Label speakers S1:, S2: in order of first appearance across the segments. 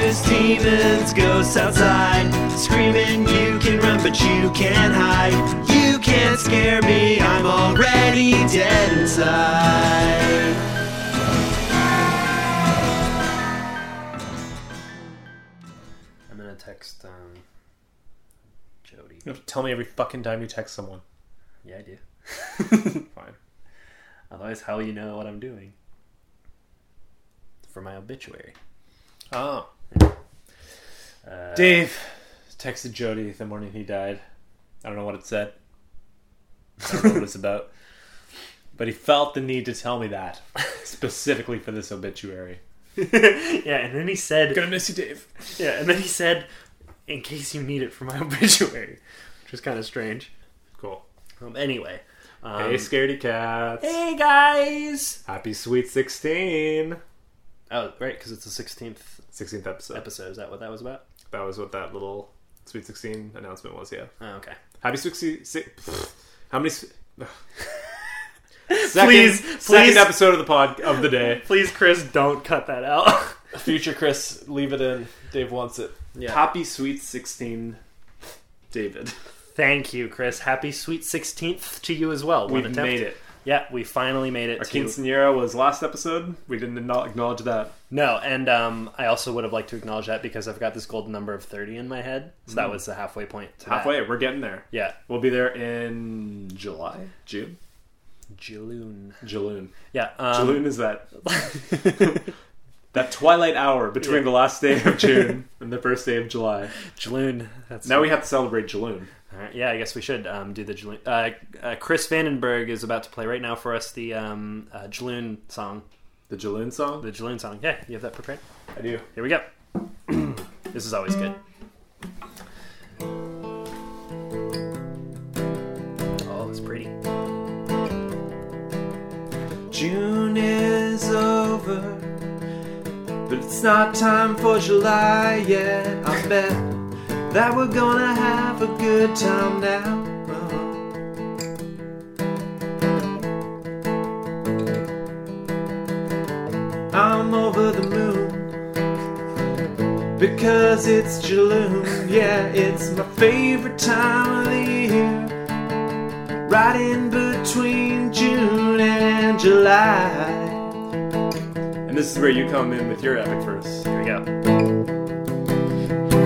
S1: Those demons, ghosts outside, screaming, you can run, but you can't hide. You can't scare me, I'm already dead inside.
S2: I'm gonna text um, Jody.
S3: You have to tell me every fucking time you text someone.
S2: Yeah, I do.
S3: Fine.
S2: Otherwise, how will you know what I'm doing? For my obituary.
S3: Oh.
S2: Uh,
S3: Dave texted Jody the morning he died. I don't know what it said. I don't know what it's about. But he felt the need to tell me that specifically for this obituary.
S2: yeah, and then he said,
S3: Gonna miss you, Dave.
S2: yeah, and then he said, in case you need it for my obituary, which was kind of strange.
S3: Cool.
S2: Um, anyway, um,
S3: hey, scaredy cats.
S2: hey guys.
S3: Happy Sweet 16.
S2: Oh, right, because it's the sixteenth
S3: 16th episode.
S2: episode. Is that what that was about?
S3: That was what that little Sweet 16 announcement was, yeah.
S2: Oh, okay.
S3: Happy Sweet 16. How many. s- Second-
S2: Please, please,
S3: Second episode of the pod of the day.
S2: please, Chris, don't cut that out.
S3: Future Chris, leave it in. Dave wants it.
S2: Yeah.
S3: Happy Sweet 16, David.
S2: Thank you, Chris. Happy sweet sixteenth to you as well. One
S3: We've
S2: attempt.
S3: made it.
S2: Yeah, we finally made it
S3: Our
S2: to
S3: quinceanera was last episode. We didn't acknow- acknowledge that.
S2: No, and um, I also would have liked to acknowledge that because I've got this golden number of 30 in my head. So that was the halfway point. To that.
S3: Hmm. Halfway, we're getting there.
S2: Yeah.
S3: We'll be there in July, June,
S2: Jaloon.
S3: Jaloon.
S2: Yeah. Um,
S3: Jaloon is that that twilight hour between the last day of June and the first day of July.
S2: Jaloon. That's
S3: Now we have to celebrate Jaloon.
S2: All right. Yeah, I guess we should um, do the Jaloon. Uh, uh, Chris Vandenberg is about to play right now for us the um, uh, Jaloon song.
S3: The Jaloon song.
S2: The Jaloon song. Yeah, you have that prepared?
S3: I do.
S2: Here we go. this is always good. Oh, it's pretty.
S1: June is over, but it's not time for July yet. I bet that we're gonna have a good time now. Uh-huh. I'm over the moon because it's June. Yeah, it's my favorite time of the year right in between June and July.
S3: And this is where you come in with your epic verse.
S2: Here we go.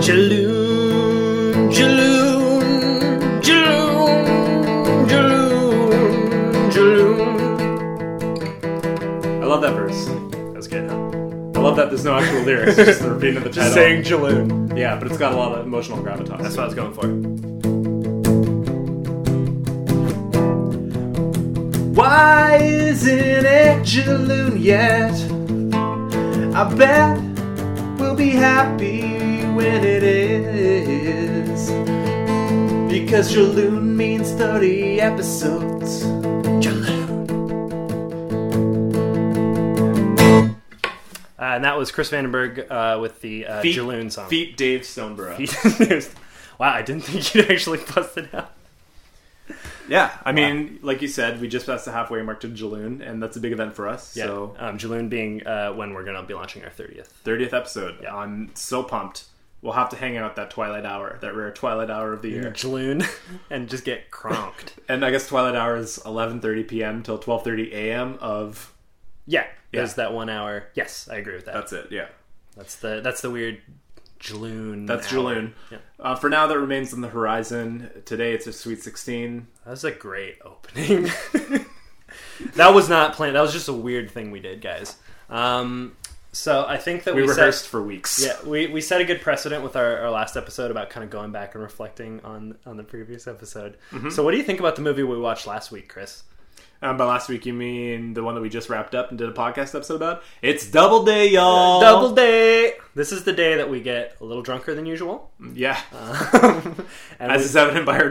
S1: Jaloon, Jaloon, Jaloon, Jaloon, Jaloon.
S3: I love that verse.
S2: That was good, huh?
S3: I love that there's no actual lyrics, it's just the repeating of the title.
S2: Jaloon.
S3: Yeah, but it's got a lot of emotional gravitas.
S2: That's what I was going for. Uh,
S1: Why isn't it Jaloon yet? I bet we'll be happy when it is. Because Jaloon means 30 episodes.
S2: Uh, and that was Chris Vandenberg uh, with the uh,
S3: Feet-
S2: Jaloon song.
S3: Feet Dave Stoneborough.
S2: There's- wow, I didn't think you'd actually bust it out.
S3: Yeah, I mean, like you said, we just passed the halfway mark to Jaloon, and that's a big event for us.
S2: Yeah.
S3: So,
S2: um, Jaloon being uh, when we're going to be launching our 30th.
S3: 30th episode.
S2: Yeah.
S3: I'm so pumped. We'll have to hang out that Twilight Hour, that rare Twilight Hour of the year.
S2: Jaloon and just get cronked.
S3: And I guess Twilight Hour is 11:30 p.m. till 12:30 a.m. of
S2: yeah, there's that one hour. Yes, I agree with that.
S3: that's it. Yeah,
S2: That's the that's the weird Jaloon.
S3: that's
S2: hour.
S3: Jaloon.
S2: Yeah.
S3: Uh, for now, that remains on the horizon. Today, it's a Sweet 16.
S2: That was a great opening. that was not planned. That was just a weird thing we did, guys. Um, so I think that
S3: We,
S2: we, set-
S3: rehearsed for weeks.
S2: Yeah, we, we set a good precedent with our, our last episode about kind of going back and reflecting on on the previous episode.
S3: Mm-hmm.
S2: So, what do you think about the movie we watched last week, Chris?
S3: Um, by last week, you mean the one that we just wrapped up and did a podcast episode about? It's Double Day, y'all.
S2: Double day. This is the day that we get a little drunker than usual.
S3: Yeah,
S2: Um, and
S3: as is evident by our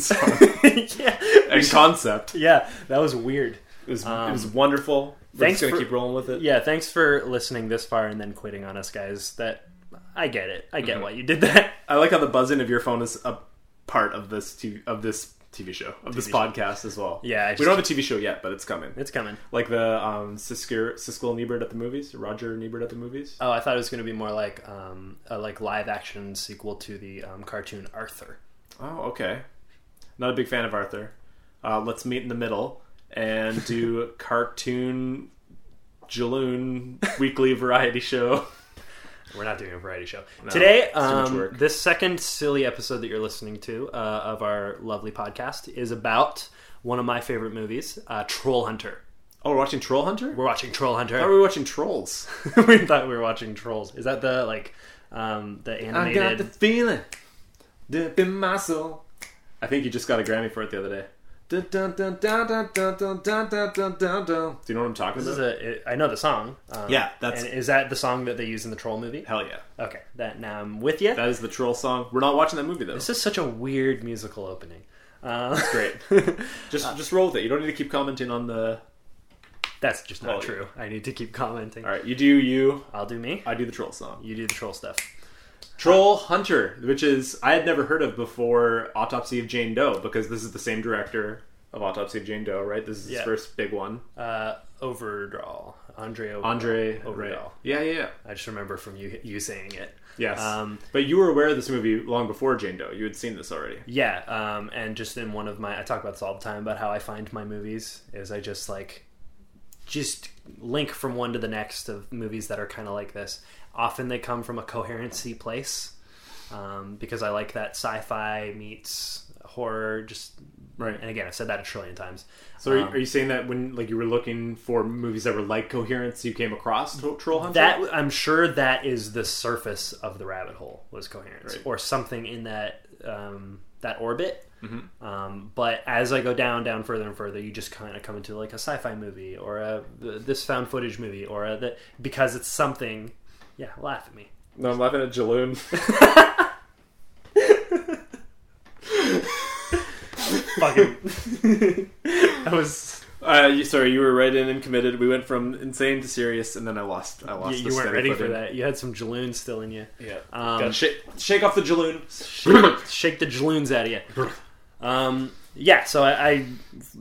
S3: song
S2: we- yeah,
S3: and concept. It
S2: yeah, that was weird.
S3: was, it
S2: Um,
S3: was wonderful. We're
S2: thanks
S3: just gonna
S2: for-
S3: keep rolling with it.
S2: Yeah, thanks for listening this far and then quitting on us, guys. That I
S3: Mm-hmm.
S2: get it. I get why you did that.
S3: I like how the buzzing of your phone is a part of this to, of this TV show of this podcast as well.
S2: Yeah, I
S3: we
S2: just-
S3: don't have a TV show yet, but it's coming.
S2: It's coming.
S3: Like the um, Siskel, Siskel and Ebert at the movies, Roger and Ebert at the movies.
S2: Oh, I thought it was going to be more like um, a like live action sequel to the um, cartoon Arthur.
S3: Oh, okay. Not a big fan of Arthur. Uh, let's meet in the middle and do cartoon Jaloon weekly variety show.
S2: We're not doing a variety show today.
S3: it's too much
S2: Um,
S3: work.
S2: this second silly episode that you're listening to uh, of our lovely podcast is about one of my favorite movies, uh, Troll Hunter.
S3: Oh, we're watching Troll Hunter.
S2: We're watching Troll Hunter.
S3: Why are we watching trolls?
S2: we thought we were watching Trolls. Is that the like um, the
S3: I
S2: animated?
S3: got the feeling deep in my soul. I think you just got a Grammy for it the other day. Dun, dun, dun, dun, dun, dun, dun, dun, dun, dun, dun, dun. Do you know what I'm talking
S2: This is
S3: about?
S2: a. I know the song. Um,
S3: Yeah, that's-
S2: and is that the song that they use in the Troll movie?
S3: Hell yeah.
S2: Okay, that now I'm with you.
S3: That is the troll song. We're not watching that movie though.
S2: This is such a weird musical opening. Uh,
S3: Great. just just roll with it. You don't need to keep commenting on the.
S2: that's just not
S3: Quality.
S2: true. I need to keep commenting.
S3: All right, you do you.
S2: I'll do me.
S3: I do the troll song.
S2: You do the troll stuff.
S3: Troll Hunter, which is I had never heard of before Autopsy of Jane Doe, because this is the same director of Autopsy of Jane Doe, right? This is his
S2: Yeah.
S3: first big one.
S2: Uh, overdraw. Andre. Overdraw.
S3: Andre
S2: Overdraw.
S3: right. Yeah, yeah, yeah.
S2: I just remember from you you saying it.
S3: Yes.
S2: Um,
S3: but you were aware of this movie long before Jane Doe. You had seen this already.
S2: Yeah, um, and just in one of my, I talk about this all the time about how I find my movies is I just like, just link from one to the next of movies that are kind of like this. Often they come from a coherency place, um, because I like that sci-fi meets horror. Just
S3: Right.
S2: and again, I've said that a trillion times.
S3: So are, you
S2: Um,
S3: are you saying that when like you were looking for movies that were like coherence, you came across Tro- Troll Hunter?
S2: that I'm sure that is the surface of the rabbit hole was coherence
S3: Right.
S2: or something in that um, that orbit.
S3: Mm-hmm.
S2: Um, but as I go down, down further and further, you just kind of come into like a sci-fi movie or a this found footage movie or a, the, because it's something. Yeah, laugh at me.
S3: No, I'm laughing at Jaloon.
S2: Fucking. that was
S3: uh, you, sorry, you were right in and committed. We went from insane to serious, and then I lost. I
S2: you,
S3: lost.
S2: you
S3: the
S2: weren't
S3: steady
S2: ready for
S3: footing.
S2: that. You had some jaloons still in you.
S3: Yeah.
S2: Um,
S3: Gotta shake, shake off the Jaloon.
S2: shake, shake the jaloons out of you. Um, yeah, so I, I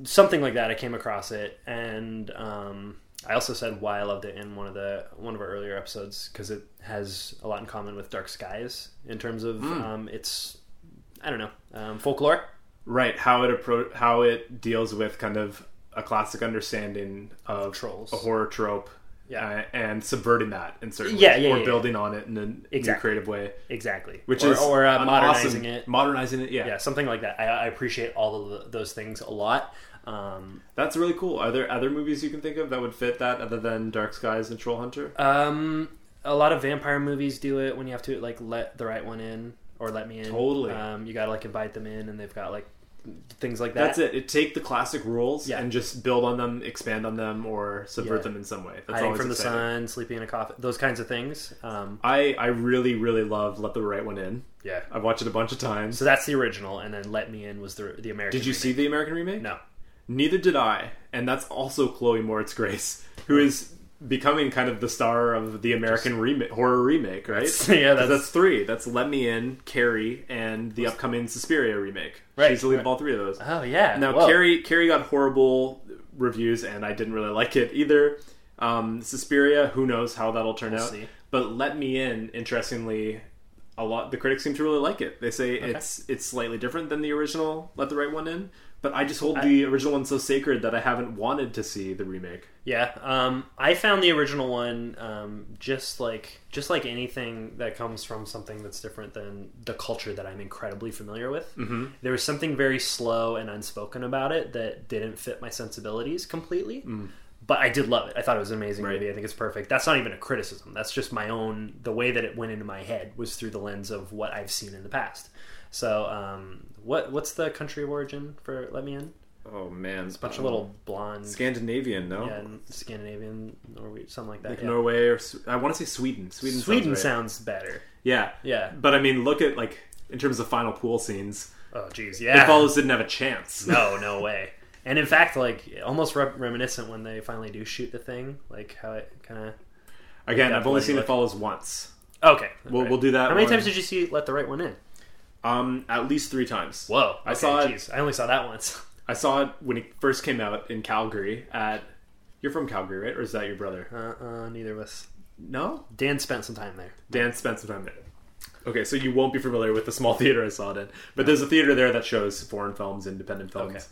S2: something like that. I came across it, and um, I also said why I loved it in one of the one of our earlier episodes because it has a lot in common with Dark Skies in terms of
S3: Hmm.
S2: um, its I don't know um, folklore.
S3: right how it appro- how it deals with kind of a classic understanding of
S2: trolls.
S3: a horror trope
S2: Yeah.
S3: uh, and subverting that in certain
S2: Yeah,
S3: ways
S2: yeah,
S3: or
S2: yeah,
S3: building on it in a new
S2: Exactly.
S3: creative way
S2: Exactly,
S3: which
S2: or,
S3: is
S2: or uh,
S3: an
S2: modernizing
S3: awesome-
S2: it.
S3: modernizing it yeah.
S2: Yeah, something like that. I, I appreciate all of the, those things a lot. Um,
S3: that's really cool are there other movies you can think of that would fit that other than dark skies and troll hunter
S2: Um, a lot of vampire movies do it when you have to like let the right one in or let me in.
S3: Totally.
S2: Um, you gotta like invite them in, and they've got like things like that.
S3: that's it. It take the classic rules
S2: Yeah.
S3: and just build on them, expand on them, or subvert
S2: Yeah.
S3: them in some way. That's
S2: Hiding
S3: always
S2: from the
S3: exciting.
S2: sun, sleeping in a coffin, those kinds of things. Um,
S3: I I really really love Let the Right One In.
S2: yeah.
S3: I've watched it a bunch of times.
S2: So that's the original, and then "Let Me In" was the the American.
S3: Did you
S2: remake.
S3: see the American remake?
S2: No.
S3: Neither did I, and that's also Chloe Moritz Grace, who is becoming kind of the star of the American remake, horror remake, right?
S2: yeah,
S3: 'Cause
S2: that's-
S3: that's three. That's Let Me In, Carrie, and the upcoming Suspiria remake.
S2: Right,
S3: She's the lead
S2: right.
S3: of all three of those.
S2: Oh yeah.
S3: Now
S2: Whoa.
S3: Carrie, Carrie got horrible reviews, and I didn't really like it either. Um, Suspiria, who knows how that'll turn out?
S2: see.
S3: But Let Me In, interestingly, a lot the critics seem to really like it. They say it's it's slightly different than the original Let the Right One In, but I just hold the original one so sacred that I haven't wanted to see the remake.
S2: Yeah, um, I found the original one um, just like just like anything that comes from something that's different than the culture that I'm incredibly familiar with. Mm-hmm. There was something very slow and unspoken about it that didn't fit my sensibilities completely. But I did love it. I thought it was an amazing movie. I think it's perfect. That's not even a criticism. That's just my own. The way that it went into my head was through the lens of what I've seen in the past. So, um, what what's the country of origin for Let Me In?
S3: Oh man, it's a
S2: Bunch of little blonde
S3: Scandinavian, no,
S2: yeah, n- Scandinavian, Norwegian, something like that.
S3: like
S2: yeah.
S3: Norway or S- I want to say Sweden. Sweden,
S2: Sweden
S3: sounds right.
S2: sounds better.
S3: yeah,
S2: Yeah.
S3: But I mean, look at like in terms of final pool scenes,
S2: Oh, jeez,
S3: the
S2: yeah.
S3: follows didn't have a chance.
S2: no, no way. And in fact, like almost re- reminiscent when they finally do shoot the thing, like how it kind
S3: Again,
S2: Got
S3: I've only
S2: plenty
S3: seen
S2: of
S3: it follows once.
S2: of. Okay,
S3: We'll,
S2: right.
S3: we'll do that.
S2: How many
S3: one.
S2: times did you see "Let the Right One In"?
S3: Um, at least three times.
S2: Whoa.
S3: I saw it-
S2: Jeez. I only saw that once.
S3: I saw it when it first came out in Calgary. At you're from Calgary, right? Or is that your brother?
S2: Uh, uh, neither of us.
S3: No,
S2: Dan spent some time there.
S3: Dan spent some time there. Okay, so you won't be familiar with the small theater I saw it in, but there's a theater there that shows foreign films, independent films,
S2: Okay.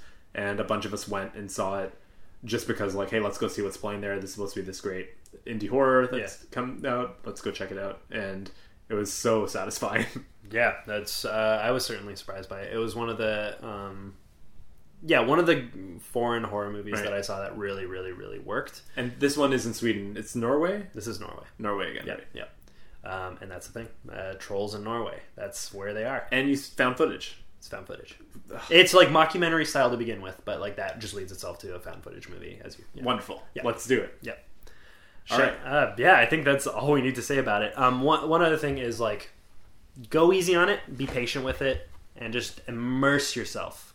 S3: and a bunch of us went and saw it just because, like, hey, let's go see what's playing there. This is supposed to be this great indie horror that's come out. Let's go check it out, and it was so satisfying.
S2: Yeah, that's. Uh, I was certainly surprised by it. It was one of the, um, yeah, one of the foreign horror movies
S3: Right.
S2: that I saw that really, really, really worked.
S3: and this one is in Sweden. It's Norway,
S2: This is Norway.
S3: Norway again.
S2: Yeah,
S3: right?
S2: yeah. Um, and that's the thing. Uh, trolls in Norway. That's where they are.
S3: And you found footage.
S2: It's found footage. It's like mockumentary style to begin with, but like that just leads itself to a found footage movie. As you, yeah.
S3: Wonderful.
S2: Yeah.
S3: Let's do it.
S2: Yeah.
S3: All
S2: Sure. Uh, yeah, I think that's all we need to say about it. Um, one, one other thing is like, go easy on it, be patient with it, and just immerse yourself.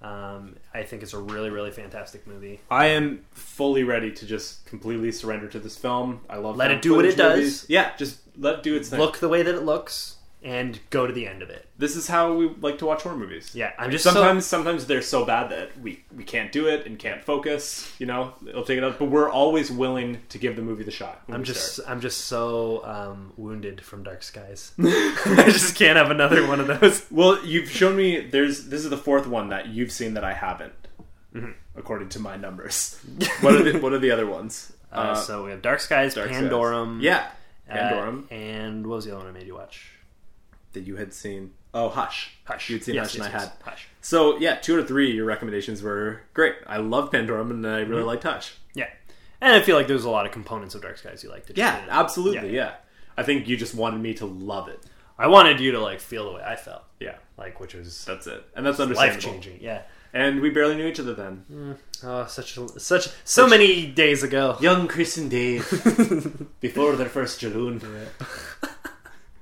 S2: Um, I think it's a really, really fantastic movie.
S3: I am fully ready to just completely surrender to this film. I love
S2: Let
S3: found
S2: it do what it
S3: footage movies.
S2: does.
S3: Yeah, just let it do its thing.
S2: Look the way that it looks, and go to the end of it.
S3: this is how we like to watch horror movies.
S2: Yeah, I'm just
S3: Sometimes, sometimes they're so bad that we, we can't do it and can't focus. You know, it'll take it out. But we're always willing to give the movie the shot. when
S2: I'm
S3: we
S2: just
S3: start.
S2: I'm just so um, wounded from Dark Skies. I just can't have another one of those.
S3: well. You've shown me there's this is the fourth one that you've seen that I haven't,
S2: Mm-hmm.
S3: according to my numbers. what are the, what are the other ones?
S2: Uh, so we have Dark Skies,
S3: Skies.
S2: Pandorum,
S3: yeah,
S2: uh,
S3: Pandorum
S2: and what was the other one I made you watch?
S3: that you had seen. Oh, Hush.
S2: Hush.
S3: You'd seen
S2: Yes,
S3: Hush,
S2: yes,
S3: and I
S2: yes.
S3: had.
S2: Hush.
S3: So yeah, two out of three. Your recommendations were great. I love Pandorum, and I really liked Hush.
S2: Yeah, and I feel like there's a lot of components of Dark Skies you like. that you
S3: Yeah,
S2: didn't.
S3: absolutely.
S2: Yeah.
S3: Yeah. I think you just wanted me to love it.
S2: I wanted you to like feel the way I felt,
S3: Yeah,
S2: like which was
S3: that's it, and that's understandable.
S2: life changing. Yeah,
S3: And we barely knew each other then.
S2: oh, such a, such so many days ago.
S3: Young Chris and Dave before their first Jaloon. Yeah.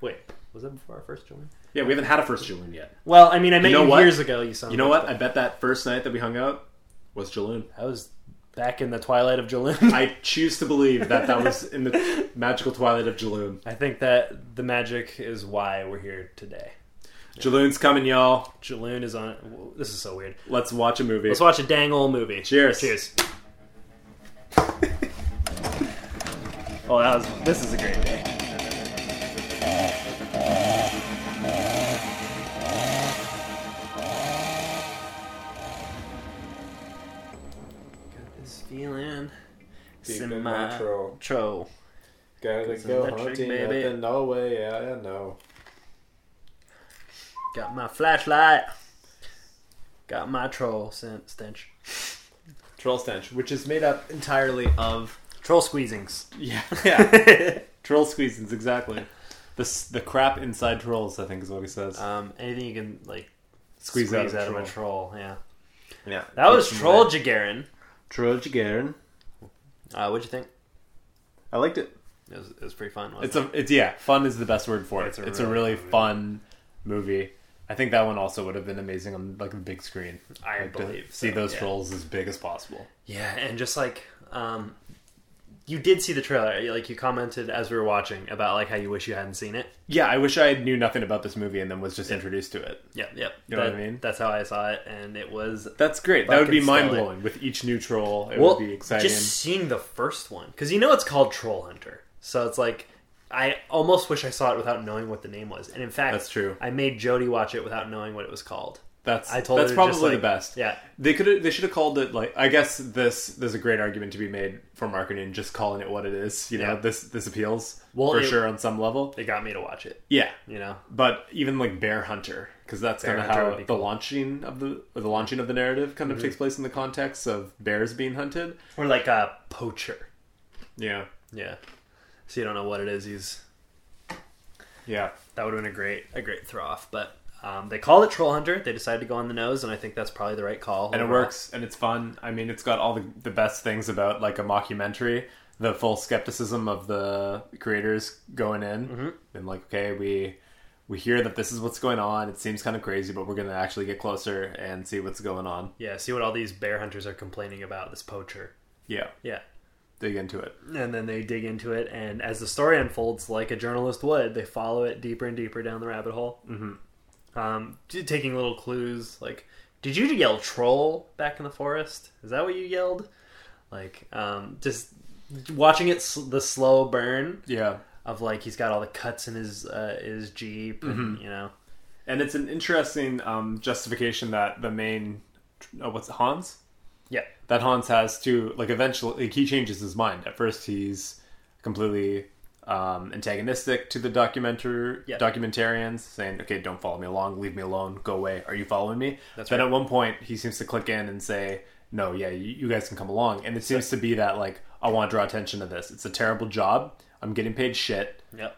S2: Wait, was that before our first join?
S3: we haven't had a first Jaloon yet.
S2: Well, I mean, I met you,
S3: know what?
S2: years ago. You sound.
S3: You know what? I bet that first night that we hung out was Jaloon.
S2: I was back in the twilight of Jolene.
S3: I choose to believe that that was in the magical twilight of Jaloon.
S2: I think that the magic is why we're here today.
S3: Jaloon's coming, y'all.
S2: Jaloon is on. This is so weird.
S3: Let's watch a movie.
S2: Let's watch a dang old movie.
S3: Cheers.
S2: Cheers. oh, that was. This is a great day. Got this feeling. It's in
S4: good
S2: my
S4: outro.
S2: tro.
S4: Gotta
S2: It's go electric, hunting up baby. in
S4: Norway, yeah, I know.
S2: Got my flashlight. Got my troll scent stench.
S3: Troll Stench, which is made up entirely of
S2: Troll squeezings.
S3: yeah, yeah, troll squeezins exactly. The s- the crap inside trolls, I think, is what he says.
S2: Um, anything you can like
S3: Squeeze
S2: squeeze,
S3: out
S2: out,
S3: of
S2: of
S3: troll.
S2: a troll. Yeah,
S3: yeah,
S2: that was troll Jagarin.
S3: Troll Jagarin.
S2: Uh, what'd you think?
S3: I liked it.
S2: It was, it was pretty fun. Wasn't
S3: It's a it's yeah, fun is the best word for it. It's
S2: It's
S3: a
S2: a
S3: really,
S2: really
S3: fun movie. I think that one also would have been amazing on like the big screen.
S2: I
S3: Like, to
S2: believe
S3: see
S2: so,
S3: those
S2: yeah.
S3: trolls as big as possible.
S2: Yeah, and just like um, you did see the trailer. You- Like you commented as we were watching about like how you wish you hadn't seen it.
S3: Yeah, I wish I knew nothing about this movie and then was just introduced to it.
S2: Yep, yep.
S3: You know what I
S2: That-
S3: mean?
S2: That's how I saw it, and it was
S3: That's great. that would be
S2: Fucking stellar.
S3: mind blowing with each new troll. It
S2: well,
S3: would be exciting.
S2: just seeing the first one because you know it's called Troll Hunter, so it's like I almost wish I saw it without knowing what the name was. And in fact,
S3: That's true.
S2: I made Jody watch it without knowing what it was called.
S3: That's
S2: I told
S3: that's
S2: her
S3: probably
S2: just,
S3: the
S2: like-
S3: best.
S2: Yeah,
S3: They could they should have called it like I guess this there's a great argument to be made for marketing just calling it what it is. You
S2: Yeah.
S3: know, this this appeals
S2: Well,
S3: for
S2: it-
S3: sure on some level.
S2: they got me to watch it.
S3: Yeah.
S2: You know,
S3: But even like Bear Hunter because that's
S2: Bear
S3: kind of
S2: Hunter
S3: how
S2: would be Mm-hmm.
S3: the launching of the or the launching of the narrative kind of takes place in the context of bears being hunted.
S2: or like a poacher.
S3: Yeah.
S2: Yeah. So you don't know what it is. He's
S3: Yeah.
S2: that would have been a great a great throw off, but um, they called it Troll Hunter. They decided to go on the nose, and I think that's probably the right call.
S3: and it works and it's fun i mean it's got all the, the best things about like a mockumentary the full skepticism of the creators going in and like okay we we hear that this is what's going on it seems kind of crazy but we're gonna actually get closer and see what's going on
S2: Yeah. See what all these bear hunters are complaining about this poacher.
S3: yeah
S2: Yeah.
S3: dig into it
S2: and then they dig into it and as the story unfolds like a journalist would they follow it deeper and deeper down the rabbit hole mm-hmm. Um, t- taking little clues like, did you yell troll back in the forest? Is that what you yelled? Like, um, just watching it sl- the slow burn
S3: Yeah.
S2: of like he's got all the cuts in his uh, his jeep, and,
S3: Mm-hmm.
S2: you know.
S3: And it's an interesting um, justification that the main, oh, what's it, Hans?
S2: Yeah,
S3: That Hans has to like eventually like, he changes his mind. At first, he's completely um, antagonistic to the documenter
S2: Yeah.
S3: documentarians, saying, "Okay, don't follow me along. Leave me alone. Go away. Are you following me?"
S2: That's
S3: then
S2: right.
S3: at one point, he seems to click in and say, "No, yeah, you, you guys can come along." And it seems to be that like I want to draw attention to this. It's a terrible job. I'm getting paid shit.
S2: yep.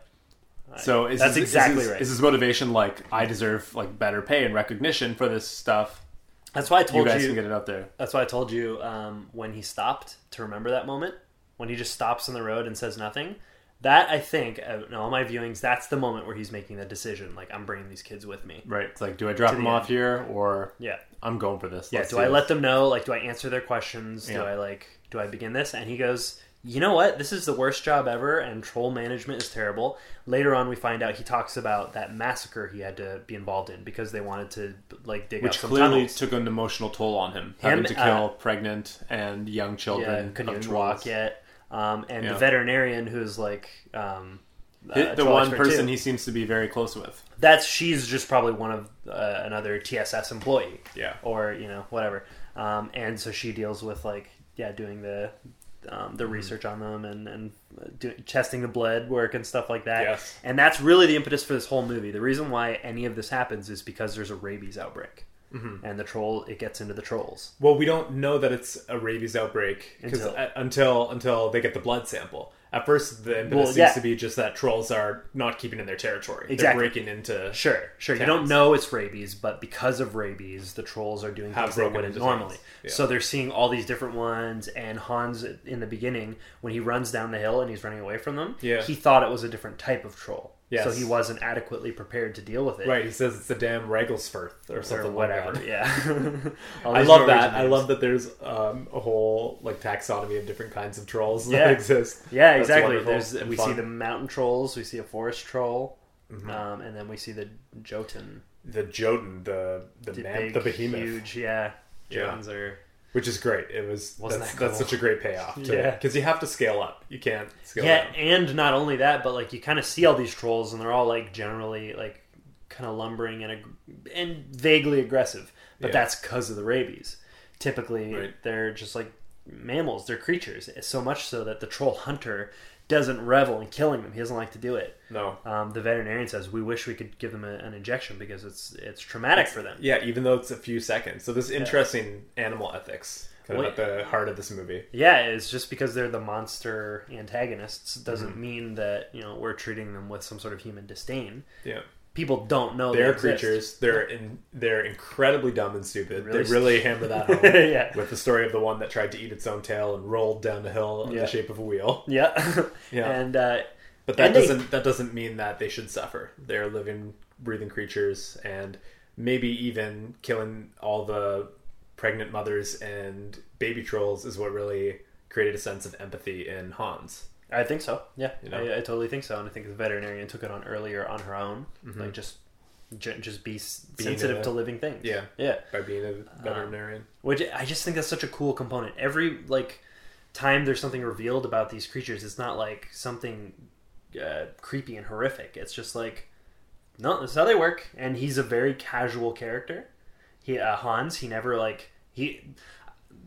S3: So is
S2: That's
S3: his-
S2: exactly
S3: is his,
S2: right.
S3: Is his motivation like I deserve like better pay and recognition for this stuff?
S2: That's why I
S3: You
S2: told
S3: guys
S2: you.
S3: can get it out there.
S2: That's why I told you um, when he stopped to remember that moment when he just stops on the road and says nothing. That I think uh, in all my viewings, that's the moment where he's making the decision. Like I'm bringing these kids with me.
S3: Right. It's like, do I drop
S2: the
S3: him
S2: end.
S3: off here or
S2: Yeah,
S3: I'm going for this?
S2: yeah.
S3: Let's
S2: do
S3: do
S2: I
S3: this.
S2: let them know? Like, do I answer their questions?
S3: Yeah.
S2: Do I like? Do I begin this? And he goes, you know what? This is the worst job ever, and troll management is terrible. Later on, we find out he talks about that massacre he had to be involved in because they wanted to like dig up
S3: Which
S2: some
S3: clearly
S2: tunnels.
S3: took an emotional toll on him, having to
S2: uh,
S3: kill pregnant and young
S2: yeah,
S3: children.
S2: couldn't
S3: of
S2: even
S3: trolls.
S2: walk yet. Um, and
S3: Yeah.
S2: the veterinarian who's like um,
S3: The,
S2: uh,
S3: the
S2: troll
S3: one
S2: expert
S3: person
S2: too,
S3: he seems to be very close with.
S2: that's she's just probably one of uh, another TSS employee.
S3: Yeah.
S2: Or you know whatever. Um, and so she deals with like yeah doing the um,
S3: Mm-hmm.
S2: the research on them and and uh, do, testing the blood work and stuff like that.
S3: Yes.
S2: And that's really the impetus for this whole movie. The reason why any of this happens is because there's a rabies outbreak.
S3: Mm-hmm.
S2: And the troll, it gets into the trolls.
S4: Well, we don't know that it's a rabies outbreak 'cause
S2: Until-
S4: a- until until they get the blood sample. At first, the impetus
S2: Well,
S4: seems
S2: yeah.
S4: to be just that trolls are not keeping in their territory.
S2: Exactly.
S4: They're breaking into.
S2: Sure, sure. You don't
S4: towns.
S2: know it's rabies, but because of rabies, the trolls are doing
S4: Have
S2: things they
S4: broken
S2: wouldn't
S4: into
S2: normally.
S4: towns. Yeah.
S2: So they're seeing all these different ones, and Hans in the beginning, when he runs down the hill and he's running away from them,
S4: Yeah.
S2: he thought it was a different type of troll. So
S4: Yes.
S2: he wasn't adequately prepared to deal with it.
S4: Right, he says it's the damn Regelsfirth or
S2: Or
S4: something, like that.
S2: whatever. Yeah. All
S4: I
S2: these
S4: love that.
S2: Norwegian
S4: I
S2: names.
S4: love that there's um, a whole like taxonomy of different kinds of trolls
S2: Yeah.
S4: that exist.
S2: Yeah,
S4: That's
S2: exactly.
S4: wonderful
S2: There's,
S4: and
S2: we see
S4: fun. Mm-hmm.
S2: the mountain trolls, we see a forest troll, um, and then we see the Jotun.
S4: the Jotun, the the,
S2: The
S4: man,
S2: big,
S4: the behemoth,
S2: Huge, yeah.
S4: Yeah.
S2: Jotuns are.
S4: which is great. It was
S2: Wasn't
S4: that's,
S2: that cool?
S4: that's such a great payoff. To,
S2: Yeah.
S4: because you have to scale up. You can't scale
S2: yeah
S4: down.
S2: and not only that but like you kind of see all these trolls and they're all like generally like kind of lumbering and ag- and vaguely aggressive but
S4: Yeah.
S2: that's because of the rabies typically
S3: Right.
S2: they're just like mammals they're creatures so much so that the troll hunter doesn't revel in killing them he doesn't like to do it
S4: No,
S2: um, the veterinarian says we wish we could give them a, an injection because it's it's traumatic for them
S4: yeah, even though it's a few seconds. So there's interesting animal ethics kind of
S2: Well,
S4: at the heart of this movie.
S2: Yeah, it's just because they're the monster antagonists doesn't
S4: Mm-hmm.
S2: mean that you know we're treating them with some sort of human disdain.
S4: Yeah,
S2: people don't know
S4: they're
S2: Oh, they exist.
S4: creatures. They're in. They're incredibly dumb and stupid.
S2: Really
S4: they really hammer that home.
S2: Yeah.
S4: with the story of the one that tried to eat its own tail and rolled down the hill in
S2: Yeah.
S4: the shape of a wheel.
S2: Yeah,
S4: Yeah.
S2: and uh,
S4: But that
S2: And they-
S4: doesn't that doesn't mean that they should suffer. They're living, breathing creatures, and maybe even killing all the pregnant mothers and baby trolls is what really created a sense of empathy in Hans.
S2: I think so. Yeah,
S4: You know?
S2: I, I totally think so. And I think the veterinarian took it on earlier on her own, like just ju- just be s
S4: Mm-hmm. Being
S2: sensitive
S4: a-
S2: to living things.
S4: Yeah.
S2: yeah.
S4: By being
S2: Uh,
S4: a veterinarian,
S2: Which I just think that's such a cool component. Every like time there's something revealed about these creatures, it's not like something uh, creepy and horrific. It's just like, no, this is how they work. And he's a very casual character. He uh, Hans. He never like he.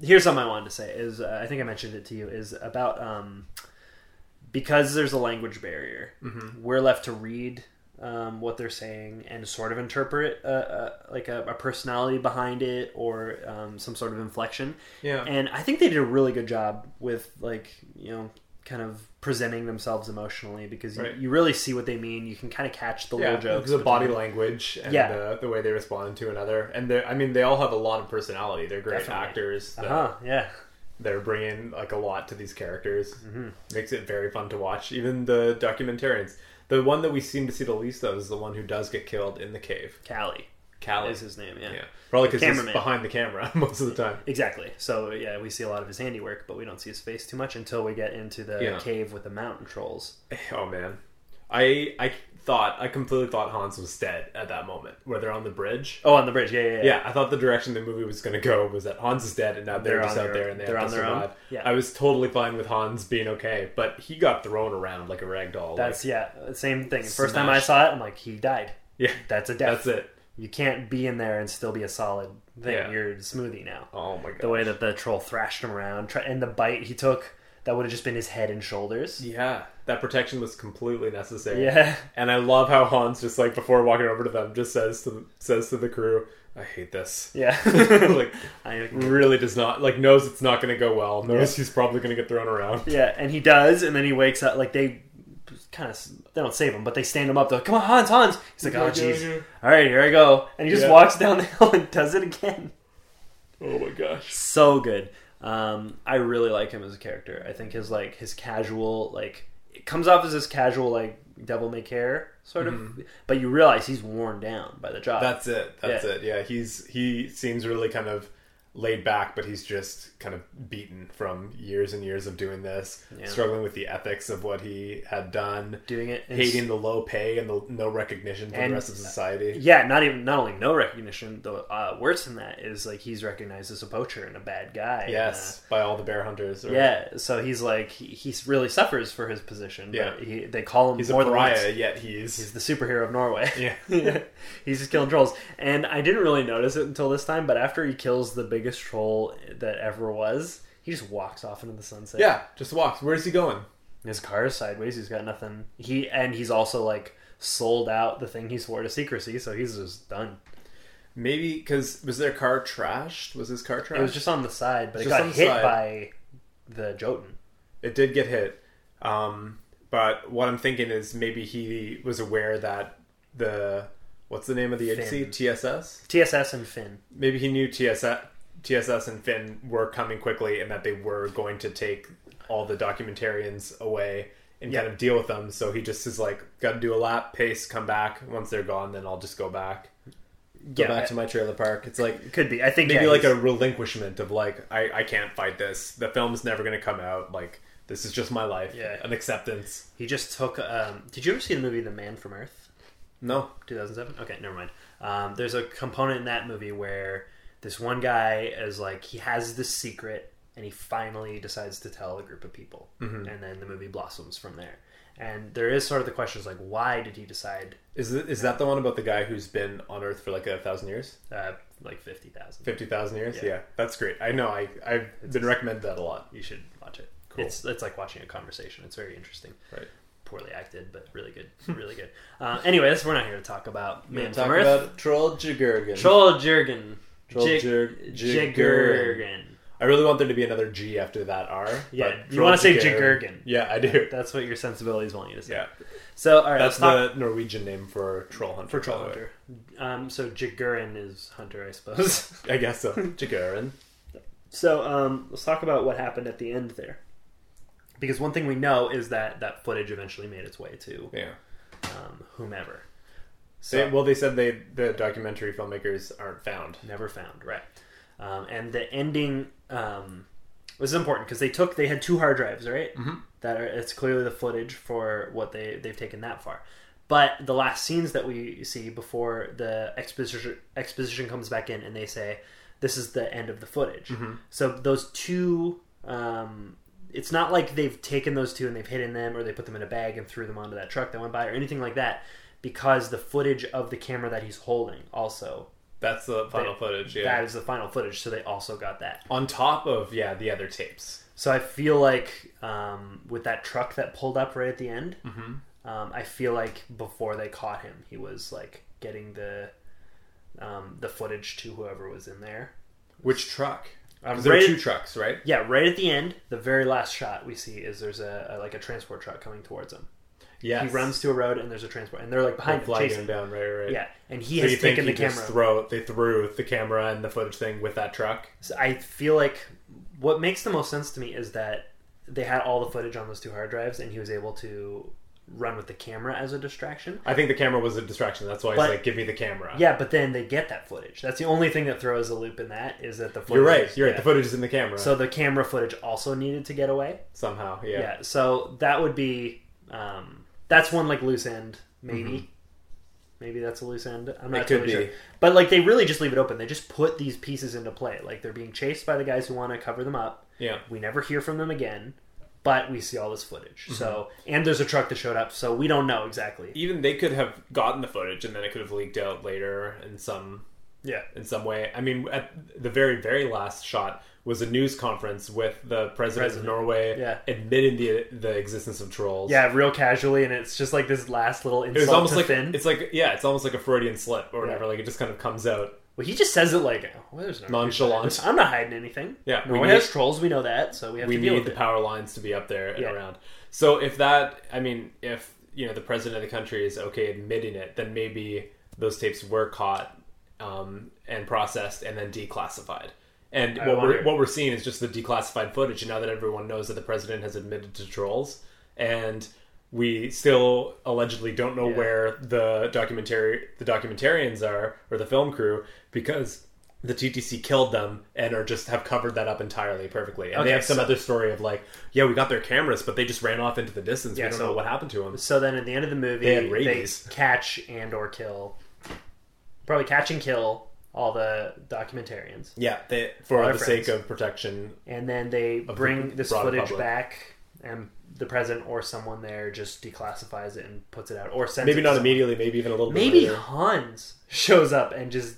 S2: Here's something I wanted to say is uh, I think I mentioned it to you is about um, because there's a language barrier. We're left to read um, what they're saying and sort of interpret uh, uh, like a, a personality behind it or um, some sort of inflection.
S4: Yeah.
S2: And I think they did a really good job with like you know kind of presenting themselves emotionally because
S4: Right.
S2: you, you really see what they mean. You can kind of catch the
S4: yeah,
S2: little jokes.
S4: the body
S2: between-
S4: language and uh,
S2: Yeah.
S4: the, the way they respond to another, and they I mean they all have a lot of personality. They're great
S2: Definitely.
S4: actors. They're-
S2: Uh-huh, yeah.
S4: they're bringing like a lot to these characters
S2: Mm-hmm.
S4: makes it very fun to watch even the documentarians the one that we seem to see the least of is the one who does get killed in the cave
S2: Callie
S4: Callie.
S2: is his name. Yeah.
S4: yeah probably because he's
S2: cameraman.
S4: behind the camera most of the time
S2: Exactly. So yeah, we see a lot of his handiwork, but we don't see his face too much until we get into the
S4: Yeah.
S2: Eh, oh, cave with the mountain trolls.
S4: oh man i i
S3: thought I completely thought Hans was dead at that moment where they're on the bridge.
S2: Oh, on the bridge. Yeah, yeah, yeah.
S3: Yeah, I thought the direction the movie was going to go was that Hans is dead and now they're,
S2: They're
S3: just
S2: on
S3: out
S2: their-
S3: there and they
S2: they're
S3: have
S2: on
S3: to
S2: their own?
S3: survive.
S2: Yeah.
S3: I was totally fine with Hans being okay, but he got thrown around like a rag doll.
S2: That's yeah, same thing. First time I
S3: Smashed.
S2: saw it, I'm like, he died.
S3: like, yeah,
S2: That's a death.
S3: that's it.
S2: You can't be in there and still be a solid thing.
S3: Yeah.
S2: You're a smoothie now.
S3: Oh my god.
S2: The way that the troll thrashed him around, try- and the bite he took, that would have just been his head and shoulders.
S3: yeah, that protection was completely necessary.
S2: Yeah.
S3: And I love how Hans just like before walking over to them just says to says to the crew, "I hate this."
S2: Yeah.
S3: like
S2: I-
S3: really does not like knows it's not going to go well. Knows he's probably going to get thrown around.
S2: yeah, and he does, and then he wakes up. Like they kind of they don't save him, but they stand him up. They're like, "Come on, Hans, Hans!" He's like, "Oh, jeez. All right, here I go." And he just
S3: Yeah.
S2: walks down the hill and does it again.
S3: Oh my gosh.
S2: so good. Um, I really like him as a character. I think his like his casual like it comes off as this casual like devil may care sort of, but you realize he's worn down by the job.
S3: That's it. That's
S2: Yeah.
S3: it. Yeah, he's he seems really kind of laid back, but he's just kind of beaten from years and years of doing this,
S2: Yeah.
S3: struggling with the ethics of what he had done,
S2: doing it and
S3: hating the low pay and the no recognition from
S2: And- uh,
S3: the rest of society.
S2: Yeah, not even not only no recognition. The uh, worse than that is like he's recognized as a poacher and a bad guy. and, uh,
S3: Yes, by all the bear hunters. or-
S2: yeah, so he's like he, he really suffers for his position.
S3: Yeah.
S2: but he, they call him
S3: he's
S2: more
S3: a
S2: than once.
S3: pariah, yet he's,
S2: He's the superhero of Norway.
S3: yeah.
S2: he's just killing trolls. And I didn't really notice it until this time, but after he kills the biggest troll that ever was, he just walks off into the sunset.
S3: yeah, just walks. Where's he going?
S2: His car is sideways, he's got nothing. He and he's also like sold out the thing he swore to secrecy, so he's just done.
S3: Maybe because was their car trashed? Was his car trashed?
S2: It was just on the side, but it
S3: Just
S2: got
S3: on the
S2: hit
S3: side.
S2: by the Jotun.
S3: it did get hit. Um, but what I'm thinking is maybe he was aware that the what's the name of the agency?
S2: Finn.
S3: TSS.
S2: TSS and Finn.
S3: Maybe he knew TSS. TSS and Finn were coming quickly, and that they were going to take all the documentarians away and
S2: Yeah.
S3: kind of deal with them. So he just is like, "Got to do a lap, pace, come back. Once they're gone, then I'll just go back, go
S2: Yeah,
S3: back to my trailer park." It's like
S2: could be. I think
S3: maybe
S2: yeah,
S3: like
S2: he's-
S3: a relinquishment of like I, I can't fight this the film's never gonna come out like this is just my life
S2: Yeah.
S3: an acceptance
S2: he just took. Um, did you ever see the movie The Man from Earth?
S3: no
S2: 2007 okay never mind um, there's a component in that movie where this one guy is like he has this secret and he finally decides to tell a group of people
S3: Mm-hmm.
S2: and then the movie blossoms from there and there is sort of the questions like why did he decide
S3: is, it, is that the one about the guy who's been on earth for like a thousand years
S2: uh, like 50000
S3: 50,000 years
S2: Yeah.
S3: yeah. that's great I know I, I've been recommended that a lot
S2: you should watch it
S3: Cool.
S2: it's, it's like watching a conversation it's very interesting
S3: right
S2: poorly acted but really good really good um, anyways we're not here to talk about man from earth
S3: Troll Jigurgen
S2: troll jurgen
S3: Troll
S2: Jig-
S3: Jur- Jigurgen.
S2: jigurgen
S3: I really want there to be another G after that R
S2: Yeah,
S3: but
S2: you
S3: Troll
S2: wanna say Jigurgen.
S3: yeah I do
S2: that's what your sensibilities want you to say
S3: yeah
S2: So all right,
S3: that's
S2: let's talk
S3: the Norwegian name for troll hunter
S2: for troll
S3: by the Oh, way.
S2: hunter. Um, so Jigurin is hunter, I suppose.
S3: I guess so Jiguren
S2: so um, let's talk about what happened at the end there, because one thing we know is that that footage eventually made its way to
S3: yeah
S2: um, whomever. So
S3: They, well, they said they the documentary filmmakers aren't found.
S2: never found, right? Um, and the ending um, was important because they took they had two hard drives, right? Mm-hmm. That are it's clearly the footage for what they they've taken that far. But the last scenes that we see before the exposition exposition comes back in, and they say this is the end of the footage. So those two. Um, it's not like they've taken those two and they've hidden them or they put them in a bag and threw them onto that truck that went by or anything like that because the footage of the camera that he's holding also
S3: That's the final
S2: They-
S3: footage. Yeah.
S2: that is the final footage so they also got that
S3: On top of yeah the other tapes.
S2: so i feel like um, with that truck that pulled up right at the end
S3: Mm-hmm.
S2: um, i feel like before they caught him he was like getting the um, the footage to whoever was in there
S3: Which truck?
S2: Um,
S3: 'Cause there
S2: right-
S3: were two trucks, right?
S2: yeah right at the end the very last shot we see is there's a, a like a transport truck coming towards him
S3: Yeah.
S2: he runs to a road and there's a transport and they're like behind him
S3: flagging
S2: chasing
S3: him
S2: him.
S3: down. Right, right.
S2: yeah and he
S3: So
S2: has
S3: you think
S2: taken
S3: he
S2: the
S3: just
S2: camera
S3: throw they threw the camera and the footage thing with that truck?
S2: So I feel like what makes the most sense to me is that they had all the footage on those two hard drives, and he was able to run with the camera as a distraction.
S3: I think the camera was a distraction. That's why he's
S2: But-
S3: like, "Give me the camera."
S2: Yeah, but then they get that footage. That's the only thing that throws a loop in that is that the footage.
S3: You're right. You're right.
S2: yeah.
S3: The footage is in the camera
S2: So the camera footage also needed to get away.
S3: somehow.
S2: Yeah.
S3: Yeah.
S2: so that would be um, that's one like loose end maybe. Maybe that's a loose end. I'm not
S3: Mm-hmm. It could
S2: totally
S3: be.
S2: sure. But like they really just leave it open. They just put these pieces into play. Like they're being chased by the guys who want to cover them up.
S3: Yeah.
S2: We never hear from them again, but we see all this footage. So
S3: Mm-hmm.
S2: and there's a truck that showed up, so we don't know exactly.
S3: Even they could have gotten the footage and then it could have leaked out later in some
S2: Yeah.
S3: in some way. I mean, at the very very last shot was a news conference with the president,
S2: President,
S3: of Norway
S2: yeah.
S3: admitting the the existence of trolls.
S2: Yeah, real casually, and it's just like this last little insult
S3: It was almost
S2: to
S3: like
S2: Finn.
S3: it's like yeah, it's almost like a Freudian slip or whatever.
S2: Yeah.
S3: Like it just kind of comes out.
S2: Well, he just says it like "Oh, well, there's no
S3: Nonchalant.
S2: I'm not hiding anything.
S3: Yeah,
S2: Norway
S3: we
S2: has
S3: need-
S2: trolls. We know that, so we have
S3: we
S2: to deal
S3: need
S2: with
S3: the
S2: it.
S3: power lines to be up there and
S2: Yeah.
S3: around. So if that, I mean, if you know the president of the country is okay admitting it, then maybe those tapes were caught um, and processed and then declassified. And what
S2: wonder.
S3: we're what we're seeing is just the declassified footage. And now that everyone knows that the president has admitted to trolls, and we still allegedly don't know
S2: Yeah.
S3: where the documentary the documentarians are or the film crew because the TTC killed them and are just have covered that up entirely perfectly. And
S2: Okay,
S3: they have some
S2: so-
S3: other story of like, yeah, we got their cameras, but they just ran off into the distance.
S2: Yeah,
S3: we don't
S2: so-
S3: know what happened to them.
S2: So then, at the end of the movie,
S3: They had rabies.
S2: catch and or kill, probably catch and kill all the documentarians,
S3: Yeah, they, for
S2: Our
S3: the
S2: friends.
S3: sake of protection.
S2: and then they bring this
S3: broader
S2: footage
S3: public.
S2: back, and the president or someone there just declassifies it and puts it out, or sends
S3: Maybe
S2: it to
S3: not
S2: someone.
S3: immediately, maybe even a little bit
S2: Maybe
S3: later.
S2: Hans shows up and just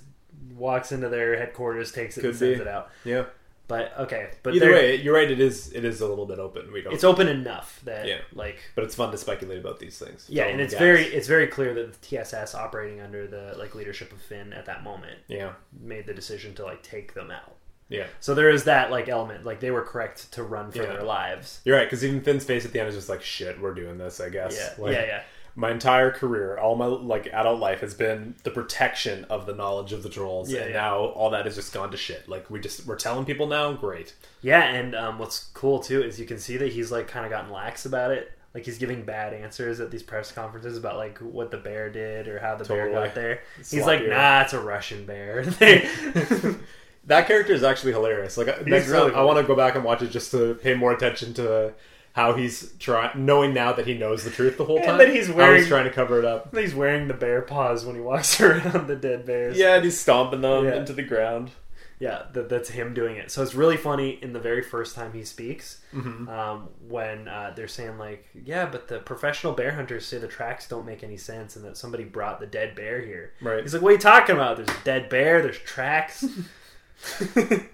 S2: walks into their headquarters, takes it, and
S3: Could
S2: sends
S3: be.
S2: it out.
S3: Yeah.
S2: But okay, but
S3: Either
S2: they're-
S3: way, you're right. It is it is a little bit open. We don't.
S2: it's open enough that
S3: Yeah.
S2: like
S3: but it's fun to speculate about these things.
S2: yeah
S3: Fill in
S2: and
S3: the
S2: it's
S3: gaps.
S2: very it's very clear that the tss operating under the like leadership of finn at that moment
S3: yeah
S2: made the decision to like take them out
S3: yeah.
S2: so there is that like element like they were correct to run for
S3: Yeah.
S2: their lives
S3: You're right because even Finn's face at the end is just like shit. We're doing this, I guess.
S2: yeah
S3: Like,
S2: yeah yeah
S3: my entire career, all my like adult life has been the protection of the knowledge of the trolls,
S2: Yeah,
S3: and
S2: yeah.
S3: now all that has just gone to shit. Like we just we're telling people now, great.
S2: yeah and um, what's cool too is you can see that he's like kind of gotten lax about it like he's giving bad answers at these press conferences about like what the bear did or how the bear
S3: Totally.
S2: got there he's
S3: Sloppy.
S2: like nah it's a russian bear
S3: That character is actually hilarious. Like next
S2: really
S3: time, I want to go back and watch it just to pay more attention to how he's trying, knowing now that he knows the truth the whole
S2: And
S3: time.
S2: that he's
S3: how
S2: wearing-
S3: trying to cover it up.
S2: he's wearing the bear paws when he walks around the dead bears
S3: Yeah, and he's stomping them
S2: Yeah.
S3: into the ground.
S2: yeah that, that's him doing it so it's really funny in the very first time he speaks
S3: Mm-hmm.
S2: um, when uh, they're saying like yeah but the professional bear hunters say the tracks don't make any sense and that somebody brought the dead bear here
S3: Right.
S2: he's like what are you talking about there's a dead bear there's tracks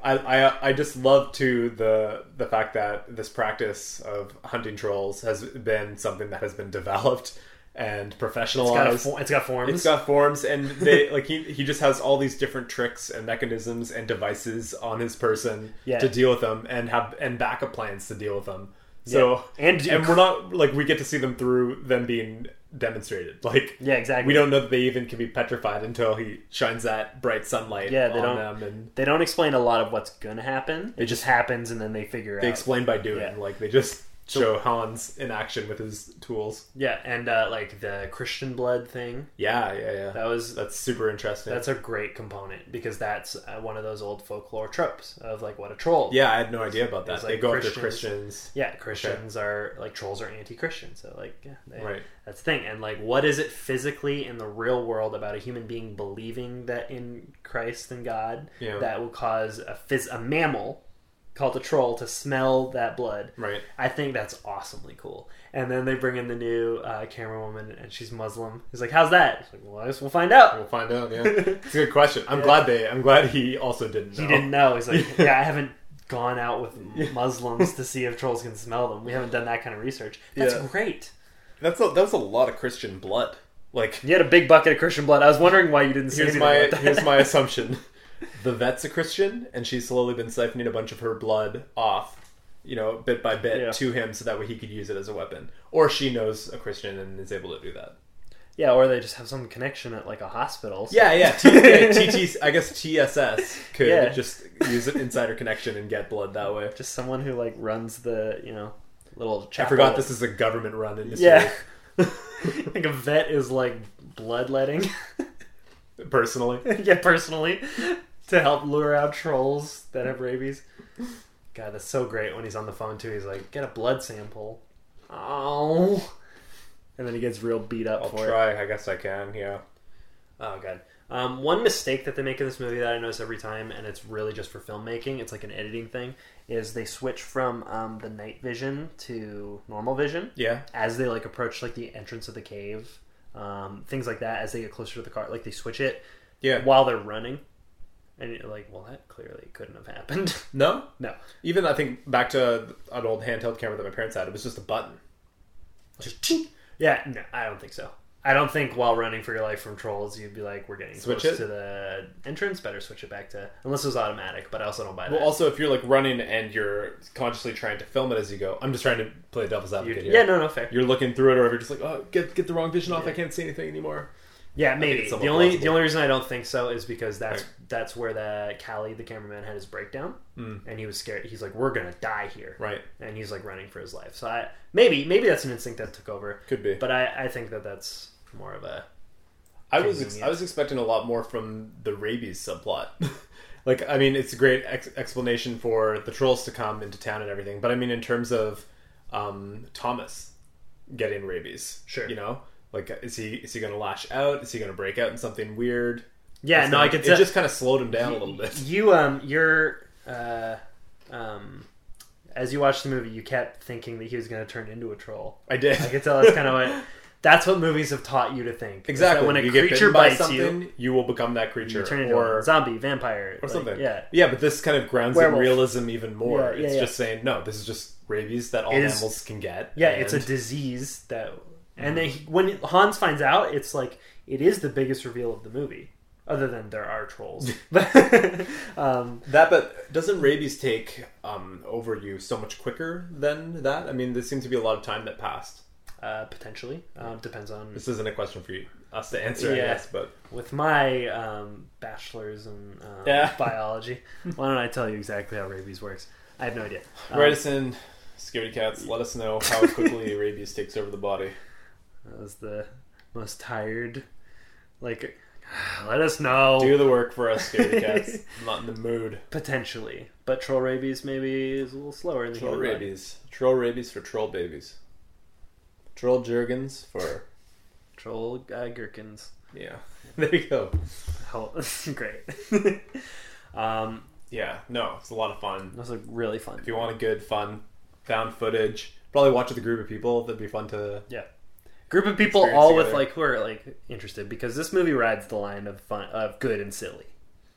S3: I, I I just love too the the fact that this practice of hunting trolls has been something that has been developed and
S2: it's got, a
S3: professionalized.
S2: fo- it's got forms
S3: It's got forms, and they like he he just has all these different tricks and mechanisms and devices on his person
S2: Yeah.
S3: to deal with them, and have and backup plans to deal with them. So
S2: Yeah. And-
S3: and we're not like we get to see them through them being demonstrated. Like
S2: yeah exactly
S3: we don't know that they even can be petrified until he shines that bright sunlight.
S2: Yeah, they
S3: on
S2: don't-
S3: them and
S2: they don't explain a lot of what's gonna happen it just happens and then they figure
S3: they
S2: out
S3: explain by doing.
S2: Yeah.
S3: Like they just show Hans in action with his tools.
S2: yeah and uh, like the christian blood thing
S3: Yeah, yeah, yeah.
S2: that was
S3: that's super interesting.
S2: that's a great component because that's uh, one of those old folklore tropes of like what a troll
S3: yeah, I had no idea about that.
S2: like
S3: they go after
S2: Christians.
S3: Christians.
S2: Yeah, Christians are like trolls are anti-Christian, so like yeah, they,
S3: Right.
S2: that's the thing. And like, what is it physically in the real world about a human being believing that in Christ and God
S3: Yeah.
S2: that will cause a phys- a mammal called a troll to smell that blood?
S3: Right.
S2: I think that's awesomely cool. And then they bring in the new uh, camera woman, and she's Muslim. He's like, "How's that?" She's like, "Well, I guess we'll find out."
S3: We'll find out. Yeah, it's a good question. I'm glad they. I'm glad he also didn't. Know.
S2: He didn't know. He's like, yeah, I haven't gone out with Muslims to see if trolls can smell them. We haven't done that kind of research. That's
S3: Yeah.
S2: great.
S3: That's a, that was a lot of Christian blood. Like
S2: You had a big bucket of Christian blood. I was wondering why you didn't say
S3: here's
S2: anything
S3: my
S2: about that.
S3: here's my assumption. The vet's a Christian, and she's slowly been siphoning a bunch of her blood off, you know, bit by bit
S2: Yeah.
S3: to him, so that way he could use it as a weapon. Or she knows a Christian and is able to do that.
S2: Yeah, or they just have some connection at like a hospital. so-
S3: Yeah, yeah. T- yeah TT, I guess TSS could
S2: Yeah.
S3: just use an insider connection and get blood that way.
S2: Just someone who like runs the, you know, little
S3: I
S2: chapel.
S3: forgot this is a government-run industry.
S2: Yeah. I think a vet is like bloodletting.
S3: personally.
S2: yeah, personally. To help lure out trolls that have rabies. God, that's so great when he's on the phone too. He's like, get a blood sample. Oh. and then he gets real beat up
S3: I'll
S2: for it.
S3: try. I guess I can. Yeah.
S2: Oh god. Um, one mistake that they make in this movie that I notice every time, and it's really just for filmmaking, it's like an editing thing, is they switch from um, the night vision to normal vision
S3: Yeah.
S2: as they like approach like the entrance of the cave, um, things like that. As they get closer to the car, like they switch it
S3: Yeah.
S2: while they're running, and you're like, well, that clearly couldn't have happened.
S3: No.
S2: no,
S3: Even I think back to an old handheld camera that my parents had. It was just a button. Just tink.
S2: yeah, no, I don't think so. I don't think while running for your life from trolls, you'd be like, we're getting
S3: Switch
S2: close
S3: it?
S2: to the entrance. Better switch it back to unless it was automatic, but I also don't buy that.
S3: Well, also if you're like running and you're consciously trying to film it as you go, I'm just trying to play devil's
S2: You-
S3: advocate here.
S2: yeah, no, no, fair.
S3: You're looking through it, or if you're just like, oh, get get the wrong vision off. I can't see anything anymore.
S2: Yeah, maybe.
S3: it's
S2: The
S3: somewhat
S2: only the
S3: plausible.
S2: only reason I don't think so is because that's that's where the Callie, the cameraman, had his breakdown, and he was scared. He's like, "We're gonna die here,"
S3: Mm. Right.
S2: And he's like running for his life. So I maybe maybe that's an instinct that took over.
S3: Could be.
S2: but I I think that that's more of a
S3: I was ex-
S2: Convenient.
S3: I was expecting a lot more from the rabies subplot. like, I mean, it's a great ex- explanation for the trolls to come into town and everything, but I mean, in terms of um, Thomas getting rabies,
S2: Sure.
S3: you know, like, is he is he going to lash out? Is he going to break out in something weird?
S2: yeah.
S3: It's
S2: no, I
S3: like-
S2: could
S3: It
S2: tell.
S3: just kind of slowed him down a little bit.
S2: you um you're uh um as you watched the movie, you kept thinking that he was gonna turn into a troll.
S3: I did.
S2: I could tell that's kind of what that's what movies have taught you to think. is that
S3: exactly.
S2: when a
S3: You get
S2: creature
S3: bitten by
S2: bites you.
S3: something, you will become that creature,
S2: You turn into
S3: or
S2: a zombie, vampire,
S3: or
S2: like,
S3: something.
S2: Yeah,
S3: yeah, but this kind of grounds in
S2: Werewolf.
S3: realism even more.
S2: Yeah, yeah,
S3: it's
S2: yeah.
S3: just saying no, this is just rabies that all
S2: It is-
S3: animals can get.
S2: yeah. It's a
S3: and- Mm-hmm.
S2: disease that, and then he, when Hans finds out, it's like it is the biggest reveal of the movie, other than there are trolls. um,
S3: that. But doesn't rabies take um, over you so much quicker than that? I mean, there seems to be a lot of time that passed.
S2: uh, potentially um, depends on
S3: This isn't a question for you, us to answer,
S2: Yeah.
S3: I guess. But
S2: with my um, bachelor's in um,
S3: Yeah.
S2: biology. Why don't I tell you exactly how rabies works? I have no idea. Um,
S3: write us in, scaredy cats. Let us know how quickly rabies takes over the body.
S2: That was the most tired. Like, let us know.
S3: Do the work for us, scaredy cats. I'm not in the mood.
S2: Potentially, but troll rabies maybe is a little slower in the
S3: Troll
S2: human body.
S3: rabies. Troll rabies for troll babies. Troll jergens for
S2: Troll uh, gherkins.
S3: yeah. There you go.
S2: Hell, great. um,
S3: Yeah, no, it's a lot of fun.
S2: that was like really fun.
S3: If you want a good, fun, found footage, probably watch with a group of people. That'd be fun to.
S2: Yeah, group of people
S3: Experience
S2: all with
S3: together.
S2: like who are like interested because this movie rides the line of fun of good and silly.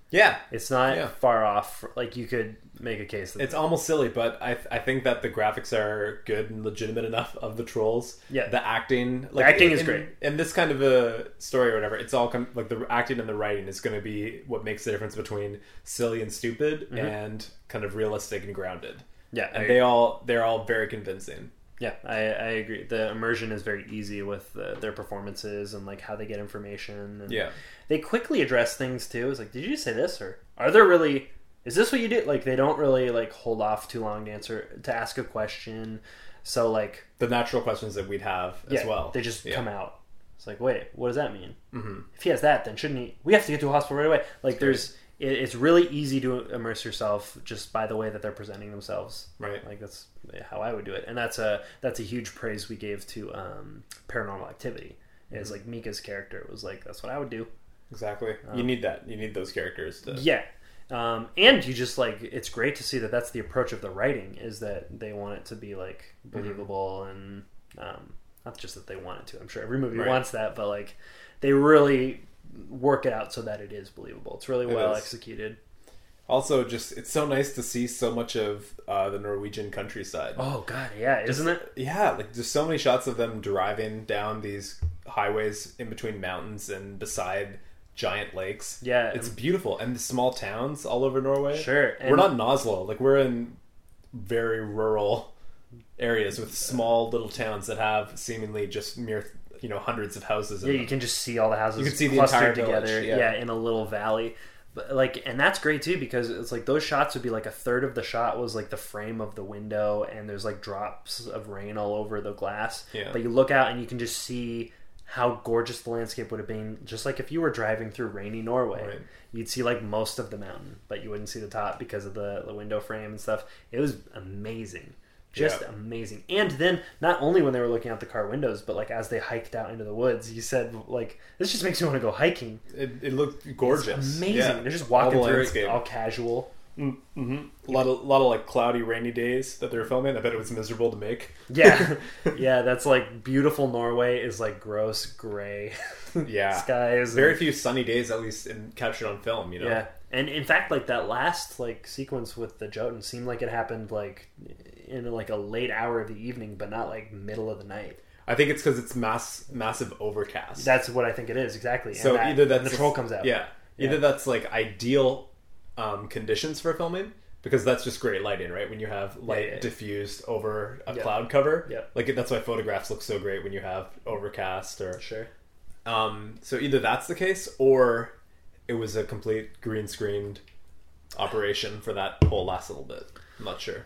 S3: Yeah,
S2: It's not
S3: Yeah.
S2: far off. Like you could make a case. That
S3: it's almost silly, but I I think that the graphics are good and legitimate enough of the trolls.
S2: Yeah.
S3: the acting, like
S2: acting
S3: in-
S2: is
S3: in-
S2: great.
S3: In this kind of a story or whatever, it's all com- like the acting and the writing is going to be what makes the difference between silly and stupid and kind of realistic and grounded.
S2: yeah, Mm-hmm. I,
S3: And they all they're all very convincing.
S2: yeah, I, I agree. The immersion is very easy with uh, their performances and like how they get information. And
S3: Yeah.
S2: they quickly address things too. It's like, did you say this or are there really? Is this what you did? Like they don't really like hold off too long to answer to ask a question. So like
S3: The natural questions that we'd have as
S2: yeah,
S3: well.
S2: they just
S3: Yeah.
S2: come out. It's like, wait, what does that mean? Mm-hmm. If he has that, then shouldn't he? We have to get to a hospital right away. Like there's, it, it's really easy to immerse yourself just by the way that they're presenting themselves.
S3: Right.
S2: Like that's how I would do it, and that's a that's a huge praise we gave to um, Paranormal Activity. Is
S3: Mm-hmm.
S2: like Mika's character was like, that's what I would do.
S3: Exactly. you need that. You need those characters to
S2: Um, Yeah. Um, and you just like it's great to see that that's the approach of the writing is that they want it to be like believable and um, not just that they want it to. I'm sure every movie
S3: Right.
S2: wants that, but like they really work it out so that it is believable. It's really
S3: It
S2: well
S3: is.
S2: executed.
S3: Also, just it's so nice to see so much of uh, the Norwegian countryside.
S2: Oh god, yeah, isn't it?
S3: Yeah, like there's so many shots of them driving down these highways in between mountains and beside giant lakes.
S2: Yeah.
S3: it's beautiful, and the small towns all over Norway.
S2: Sure,
S3: we're
S2: and-
S3: not in Oslo. Like we're in very rural areas with small little towns that have seemingly just mere you know hundreds of houses. In
S2: Yeah,
S3: them.
S2: you can just see all the houses
S3: You can see the
S2: clustered
S3: entire village,
S2: together.
S3: yeah.
S2: in a little valley. But like and that's great too because it's like those shots would be like a third of the shot was like the frame of the window and there's like drops of rain all over the glass.
S3: Yeah.
S2: But you look out and you can just see how gorgeous the landscape would have been just like if you were driving through rainy Norway.
S3: Right.
S2: You'd see like most of the mountain, but you wouldn't see the top because of the, the window frame and stuff. It was amazing. just
S5: Yeah.
S2: amazing. And then not only when they were looking out the car windows, but like as they hiked out into the woods, you said like this just makes me want to go hiking.
S3: It, it looked gorgeous.
S2: Amazing.
S5: Yeah.
S2: They're just walking
S3: All the
S2: through
S3: landscape.
S2: it, all casual.
S3: Mm-hmm. A lot of lot of like cloudy, rainy days that they were filming. I bet it was miserable to make.
S2: Yeah, yeah. That's like beautiful Norway is like gross gray
S3: Yeah.
S2: skies.
S3: Very few sunny days, at least, in, captured on film. You know.
S2: Yeah, and in fact, like that last like sequence with the Jotun seemed like it happened like in like a late hour of the evening, but not like middle of the night.
S3: I think it's because it's mass massive overcast.
S2: That's what I think it is exactly.
S3: so
S2: and that-
S3: either that's
S2: the troll comes out.
S3: Yeah. Either that's like ideal um, conditions for filming because that's just great lighting, right? When you have light
S2: yeah, yeah.
S3: diffused over a
S2: Yeah.
S3: cloud cover.
S2: Yeah.
S3: Like that's why photographs look so great when you have overcast or
S2: sure.
S3: Um, so either that's the case, or it was a complete green screened operation for that whole last little bit. I'm not sure.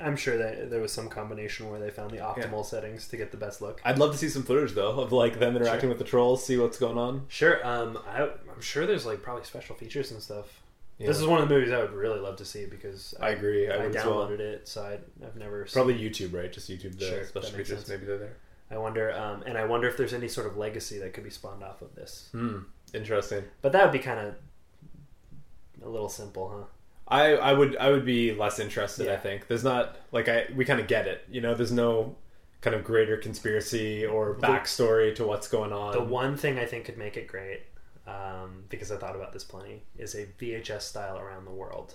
S2: I'm sure that there was some combination where they found the optimal
S3: Yeah.
S2: settings to get the best look.
S3: I'd love to see some footage though of like them interacting with the trolls, see what's going on.
S2: Sure. Um, I, I'm sure there's like probably special features and stuff.
S3: Yeah.
S2: This is one of the movies I would really love to see because
S3: I agree. I,
S2: I,
S3: would as well.
S2: downloaded it, so I, I've never. seen
S3: Probably YouTube, right? Just YouTube the
S2: Sure,
S3: special
S2: that makes
S3: features.
S2: sense.
S3: Maybe they're there.
S2: I wonder, um, and I wonder if there's any sort of legacy that could be spawned off of this.
S3: Hmm. Interesting.
S2: But that would be kind of a little simple, huh?
S3: I, I would I would be less interested. I
S2: Yeah.
S3: think there's not like I we kind of get it. You know, there's no kind of greater conspiracy or backstory to what's going on.
S2: The one thing I think could make it great, um, because I thought about this plenty, is a VHS style around the world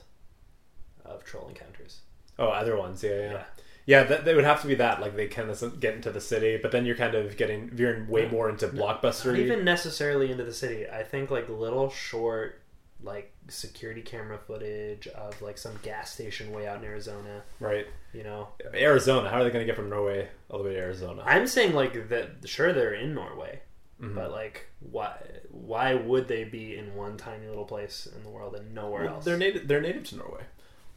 S2: of troll encounters.
S3: Oh, other ones, yeah, yeah, yeah.
S2: Yeah.
S3: that, they would have to be that. Like they kind of get into the city, but then you're kind of getting veering way more into blockbuster.
S2: Not even necessarily into the city. I think like little short, like security camera footage of like some gas station way out in Arizona.
S3: right?
S2: You know,
S3: Arizona. How are they going to get from Norway all the way to Arizona?
S2: I'm saying like that. Sure, they're in Norway, but like, why? Why would they be in one tiny little place in the world and nowhere
S3: Well,
S2: else?
S3: they're native. They're native to Norway.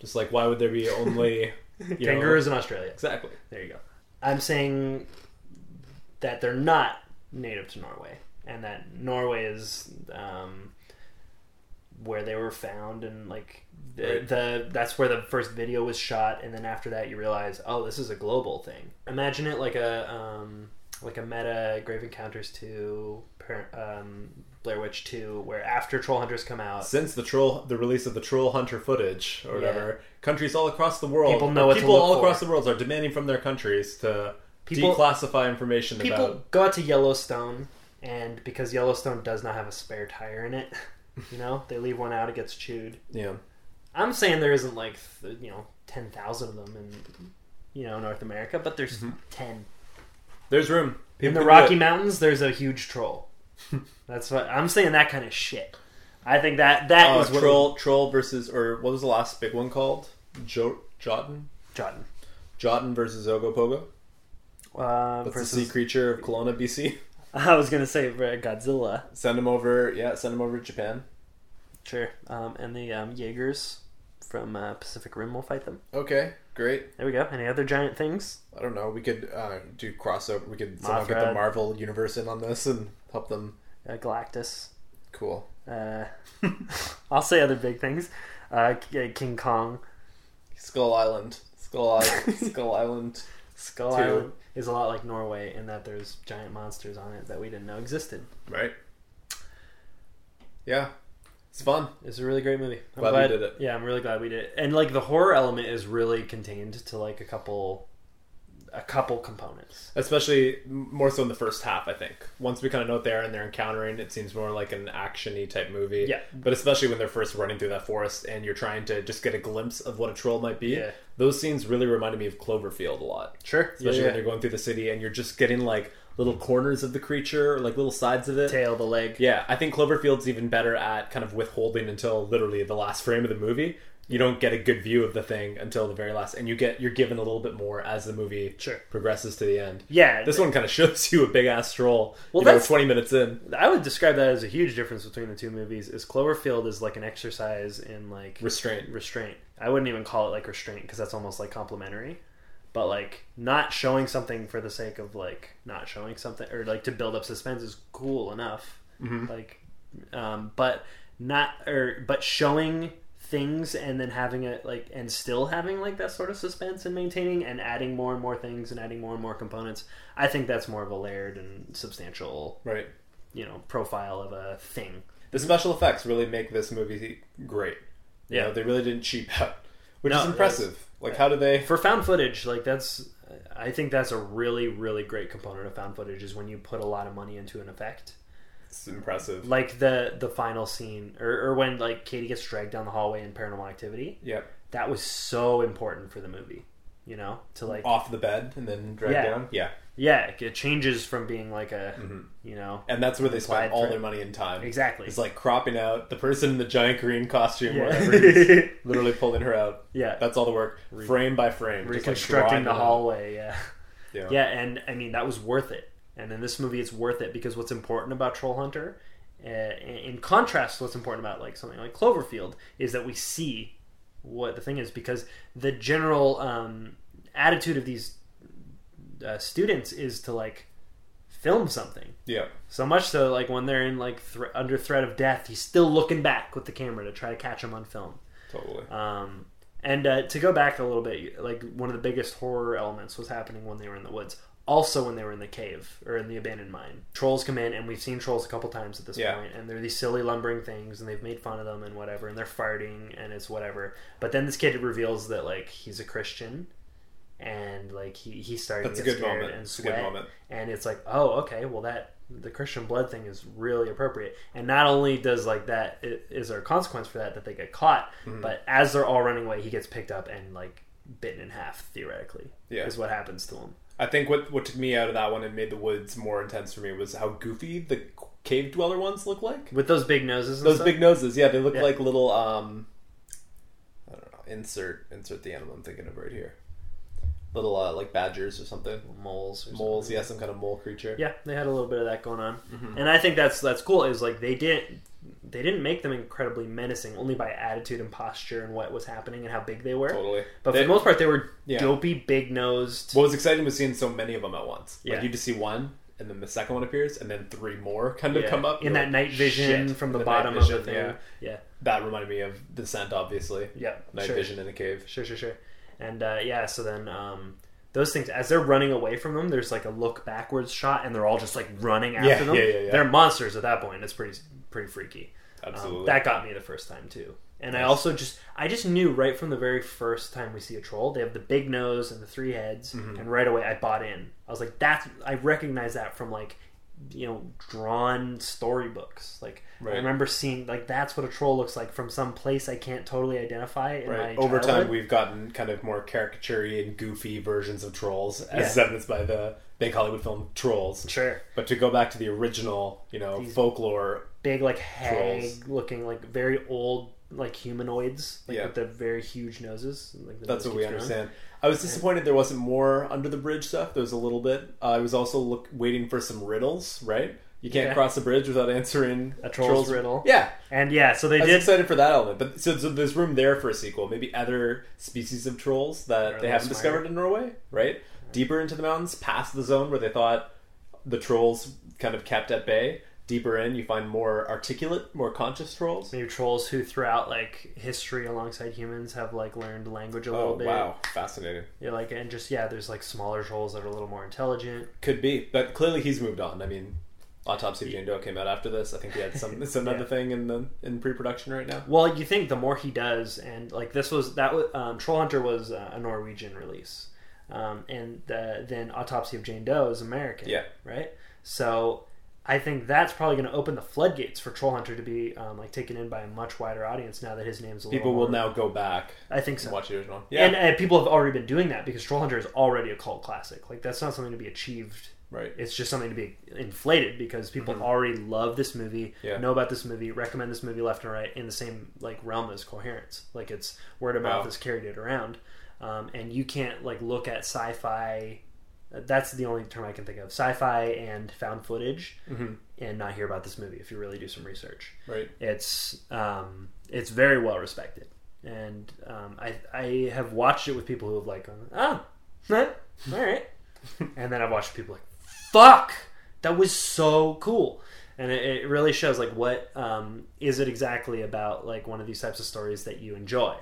S3: Just like why would there be only you know-
S2: kangaroos in Australia.
S3: exactly.
S2: There you go. I'm saying that they're not native to Norway, and that Norway is um, where they were found, and like the,
S3: Right.
S2: the that's where the first video was shot, and then after that you realize, oh, this is a global thing. Imagine it like a um, like a meta Grave Encounters two, par- um, Blair Witch two, where after Troll Hunters come out,
S3: Since the troll, the release of the troll hunter footage or
S2: Yeah.
S3: whatever, countries all across the world,
S2: People know what to
S3: people
S2: look
S3: all across
S2: for.
S3: the world are demanding from their countries to
S2: People-
S3: declassify information
S2: people
S3: about.
S2: go out to Yellowstone, and because Yellowstone does not have a spare tire in it, you know, they leave one out, it gets chewed.
S3: Yeah,
S2: I'm saying there isn't like th- you know ten thousand of them in you know North America, but there's ten
S3: there's room. Mm-hmm. People
S2: in the
S3: can do it.
S2: Rocky Mountains. There's a huge troll. That's what I'm saying. That kind of shit. I think that that
S3: Oh,
S2: is what
S3: troll troll versus or what was the last big one called? Jo- Jotun,
S2: Jotun.
S3: Jotun versus Ogopogo.
S2: Um,
S3: That's
S2: versus-
S3: the sea creature of Kelowna, BC.
S2: I was gonna say uh, Godzilla,
S3: Send him over. Yeah, send him over to Japan.
S2: sure, um, and the um, Jaegers from uh, Pacific Rim will fight them.
S3: Okay, great.
S2: There we go. Any other giant things?
S3: I don't know. We could uh, do crossover. We could somehow get the
S2: Mothra.
S3: Marvel universe in on this and help them.
S2: Uh, Galactus.
S3: Cool.
S2: Uh, I'll say other big things. Uh, K- King Kong.
S3: Skull Island. Skull Island. Skull Island.
S2: Skull
S3: Two.
S2: Island is a lot like Norway in that there's giant monsters on it that we didn't know existed.
S3: Right. Yeah, it's fun.
S2: It's a really great movie. I'm
S3: Glad we did it.
S2: Yeah, I'm really glad we did it. And like the horror element is really contained to like a couple, a couple components.
S3: especially m- more so in the first half i think once we kind of know what they are and they're encountering it seems more like an action-y type movie
S2: Yeah.
S3: but especially when they're first running through that forest and you're trying to just get a glimpse of what a troll might be
S2: Yeah.
S3: those scenes really reminded me of cloverfield a lot
S2: Sure.
S3: especially when you're going through the city and you're just getting like little corners of the creature or like little sides of it
S2: Tail, the leg.
S3: yeah i think cloverfield's even better at kind of withholding until literally the last frame of the movie you don't get a good view of the thing until the very last and you get you're given a little bit more as the movie
S2: Sure.
S3: progresses to the end
S2: Yeah.
S3: this one kind of shows you a big ass troll.
S2: Well,
S3: you know,
S2: that's-
S3: twenty minutes in.
S2: I would describe that as a huge difference between the two movies. Is Cloverfield is like an exercise in like
S3: Restraint.
S2: Restraint. I wouldn't even call it like restraint because that's almost like complimentary, but like not showing something for the sake of like not showing something or like to build up suspense is cool enough. Like, um, but not or but showing things and then having it like and still having like that sort of suspense and maintaining and adding more and more things and adding more and more components i think that's more of a layered and substantial
S3: Right.
S2: you know profile of a thing
S3: The special effects really make this movie great. You
S2: Mm-hmm. Yeah.
S3: know, they really didn't cheap out, which
S2: No,
S3: is impressive. Like, how do they?
S2: for found footage like that's i think that's a really really great component of found footage is when you put a lot of money into an effect
S3: It's impressive.
S2: like the the final scene or, or when like katie gets dragged down the hallway in paranormal activity
S3: Yep.
S2: that was so important for the movie you know to like
S3: Off the bed and then drag
S2: Yeah.
S3: down. Yeah.
S2: yeah it changes from being like a you know
S3: And that's where they
S2: Applied
S3: spent all
S2: for-
S3: their money and time.
S2: exactly
S3: Mm-hmm. It's like cropping out the person in the giant green costume,
S2: Yeah.
S3: whatever it is, literally pulling her out.
S2: yeah
S3: That's all the work, frame by frame, just, like,
S2: reconstructing
S3: drawing
S2: the
S3: it out.
S2: hallway yeah
S3: Yeah.
S2: yeah and i mean that was worth it and in this movie it's worth it because what's important about troll hunter uh, in contrast to what's important about like something like cloverfield is that we see what the thing is because the general um, attitude of these uh, students is to like film something
S3: Yeah.
S2: so much so, like when they're in like thr under threat of death, he's still looking back with the camera to try to catch him on film.
S3: Totally.
S2: Um, and uh, to go back a little bit, like one of the biggest horror elements was happening when they were in the woods. Also, when they were in the cave or in the abandoned mine, trolls come in, and we've seen trolls a couple times at this
S3: Yeah.
S2: point, and they're these silly lumbering things, and they've made fun of them and whatever, and they're farting and it's whatever. But then this kid reveals that like he's a Christian, and like he he started
S3: That's
S2: to
S3: a
S2: get
S3: good
S2: scared
S3: moment.
S2: and
S3: It's a
S2: sweat,
S3: good moment.
S2: and it's like oh okay, well that the Christian blood thing is really appropriate. And not only does like that i- is there a consequence for that that they get caught,
S3: Mm-hmm.
S2: but as they're all running away, he gets picked up and like bitten in half theoretically.
S3: Yeah.
S2: is what happens to him.
S3: I think what what took me out of that one and made the woods more intense for me was how goofy the cave dweller ones look like.
S2: With those big noses, and
S3: Those
S2: stuff,
S3: big noses, yeah, they look
S2: Yeah.
S3: like little um I don't know, insert insert the animal I'm thinking of right here. Little uh, like badgers or something.
S2: moles, or something.
S3: Moles, yeah, Mm-hmm. some kind of mole creature.
S2: Yeah, they had a little bit of that going on, and I think that's that's cool. Is like they didn't they didn't make them incredibly menacing only by attitude and posture and what was happening and how big they were.
S3: Totally.
S2: But for
S3: They-
S2: the most part, they were
S3: Yeah.
S2: dopey, big nosed.
S3: What was exciting was seeing so many of them at once.
S2: Yeah.
S3: Like you just see one, and then the second one appears, and then three more kind of
S2: Yeah.
S3: come up
S2: in
S3: You're
S2: that
S3: like,
S2: night vision
S3: "Shit."
S2: from the,
S3: In night
S2: bottom
S3: vision,
S2: of the thing.
S3: Yeah.
S2: yeah.
S3: That reminded me of Descent, obviously.
S2: Yeah,
S3: Night
S2: sure.
S3: vision in a cave.
S2: Sure, sure, sure. And uh, yeah, so then um, those things, as they're running away from them, there's like a look backwards shot, and they're all just like running after
S3: Yeah,
S2: them.
S3: yeah, yeah, yeah.
S2: They're monsters at that point. It's pretty pretty freaky. Um,
S3: Absolutely.
S2: that got me the first time too. And I also just I just knew right from the very first time we see a troll, they have the big nose and the three heads,
S3: Mm-hmm.
S2: and right away I bought in. I was like, that's I recognize that from like you know drawn storybooks. Like I
S3: Right.
S2: remember seeing like that's what a troll looks like from some place I can't totally identify. In
S3: Right.
S2: my
S3: Over
S2: childhood.
S3: time, we've gotten kind of more caricature and goofy versions of trolls, as
S2: Yeah.
S3: evidenced by the big Hollywood film Trolls.
S2: Sure.
S3: But to go back to the original, you know, folklore,
S2: Big, like, hag
S3: Trolls.
S2: looking, like, very old, like, humanoids. Like,
S3: Yeah.
S2: with the very huge noses. Like, the
S3: that's
S2: nose
S3: what we
S2: keeps growing.
S3: understand. I was disappointed there wasn't more under the bridge stuff. There was a little bit. Uh, I was also look, waiting for some riddles. Right. You can't
S2: Yeah.
S3: cross the bridge without answering
S2: A troll's riddle.
S3: Yeah.
S2: And yeah, so they
S3: I was
S2: did.
S3: excited for that element, but so, so there's room there for a sequel. Maybe other species of trolls that
S2: a
S3: they
S2: little
S3: haven't
S2: smarter.
S3: discovered in Norway, right? Deeper into the mountains, past the zone where they thought the trolls kind of kept at bay. Deeper in, you find more articulate, more conscious trolls.
S2: Maybe trolls who, throughout, like, history alongside humans have, like, learned language a little
S3: Oh
S2: bit.
S3: wow, fascinating.
S2: Yeah, like, and just, yeah, there's, like, smaller trolls that are a little more intelligent.
S3: Could be, but clearly he's moved on. I mean, Autopsy of Jane Doe came out after this. I think he had some. It's another
S2: Yeah.
S3: thing in the in pre-production right now.
S2: Well, you think the more he does, and like this was that was um, Troll Hunter was uh, a Norwegian release, um, and the, then Autopsy of Jane Doe is American.
S3: Yeah.
S2: Right. So I think that's probably going to open the floodgates for Troll Hunter to be um, like taken in by a much wider audience now that his name's a little
S3: People will
S2: more-
S3: now go back
S2: I think so.
S3: and watch the original.
S2: And, and people have already been doing that because Troll Hunter is already a cult classic. Like that's not something to be achieved
S3: right.
S2: it's just something to be inflated because people already love this movie,
S3: Mm-hmm. Yeah.
S2: know about this movie, recommend this movie left and right in the same like realm as coherence. Like it's word of mouth
S3: Wow.
S2: has carried it around, um, and you can't like look at sci-fi. uh, That's the only term I can think of: sci-fi and found footage,
S3: Mm-hmm.
S2: and not hear about this movie if you really do some research
S3: Right.
S2: it's um, it's very well respected, and um, I I have watched it with people who have like, gone, oh, huh, all right, and then I've watched people like, fuck, that was so cool, and it, it really shows like what um, is it exactly about like one of these types of stories that you enjoy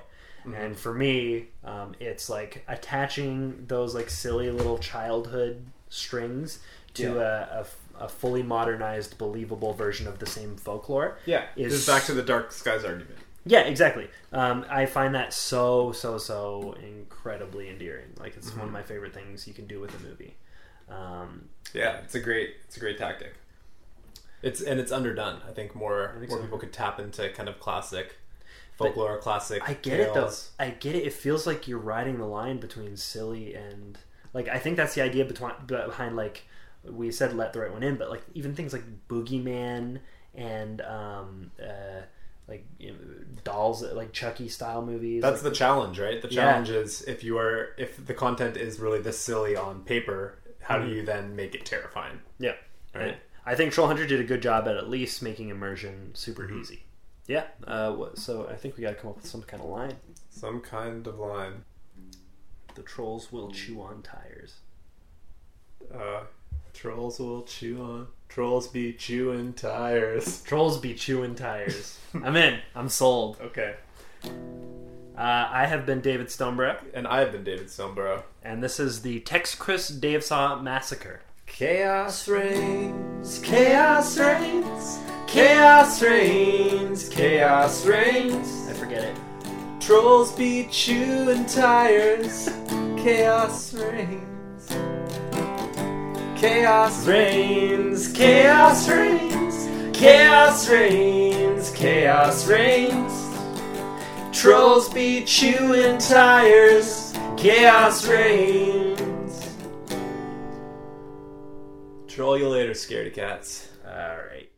S2: and for me um, it's like attaching those like silly little childhood strings to a a f a a, fully modernized believable version of the same folklore
S6: Yeah.
S2: is
S3: This is back to the Dark Skies argument.
S2: yeah, exactly. Um, I find that so so so incredibly endearing. Like it's one of my favorite things you can do with a movie. Um,
S3: Yeah, it's a great it's a great tactic. It's and it's underdone. I think more
S2: think
S3: more
S2: so.
S3: people could tap into kind of classic folklore, classic.
S2: I get it though.
S3: tales.
S2: I get it. It feels like you're riding the line between silly and like I think that's the idea between behind like we said let the right one in, but like even things like Boogeyman and um, uh, like you know, dolls like Chucky style movies.
S3: That's
S2: like,
S3: the challenge, right? The
S2: Yeah.
S3: challenge is if you are if the content is really this silly on paper, how do you then make it terrifying?
S2: Mm-hmm. yeah.
S3: Right.
S2: I think Troll Hunter did a good job at at least making immersion super easy. Yeah. Uh, wha- so I think we got to come up with some kind of line.
S3: Some kind of line.
S2: The trolls will chew on tires.
S3: Uh, trolls will chew on. Trolls be chewing tires.
S2: Trolls be chewing tires. I'm in. I'm sold.
S3: Okay.
S2: Uh, I have been David Stonebrook,
S3: And I have been David Sombro.
S2: and this is the Tex Chris Dave Saw Massacre.
S7: Chaos reigns, chaos reigns, chaos reigns, chaos reigns.
S2: I forget it.
S7: Trolls be chewing tires, chaos reigns. Chaos reigns, chaos reigns, chaos reigns, chaos reigns. Trolls be chewing tires, chaos reigns.
S3: Troll you later, scaredy cats.
S2: All right.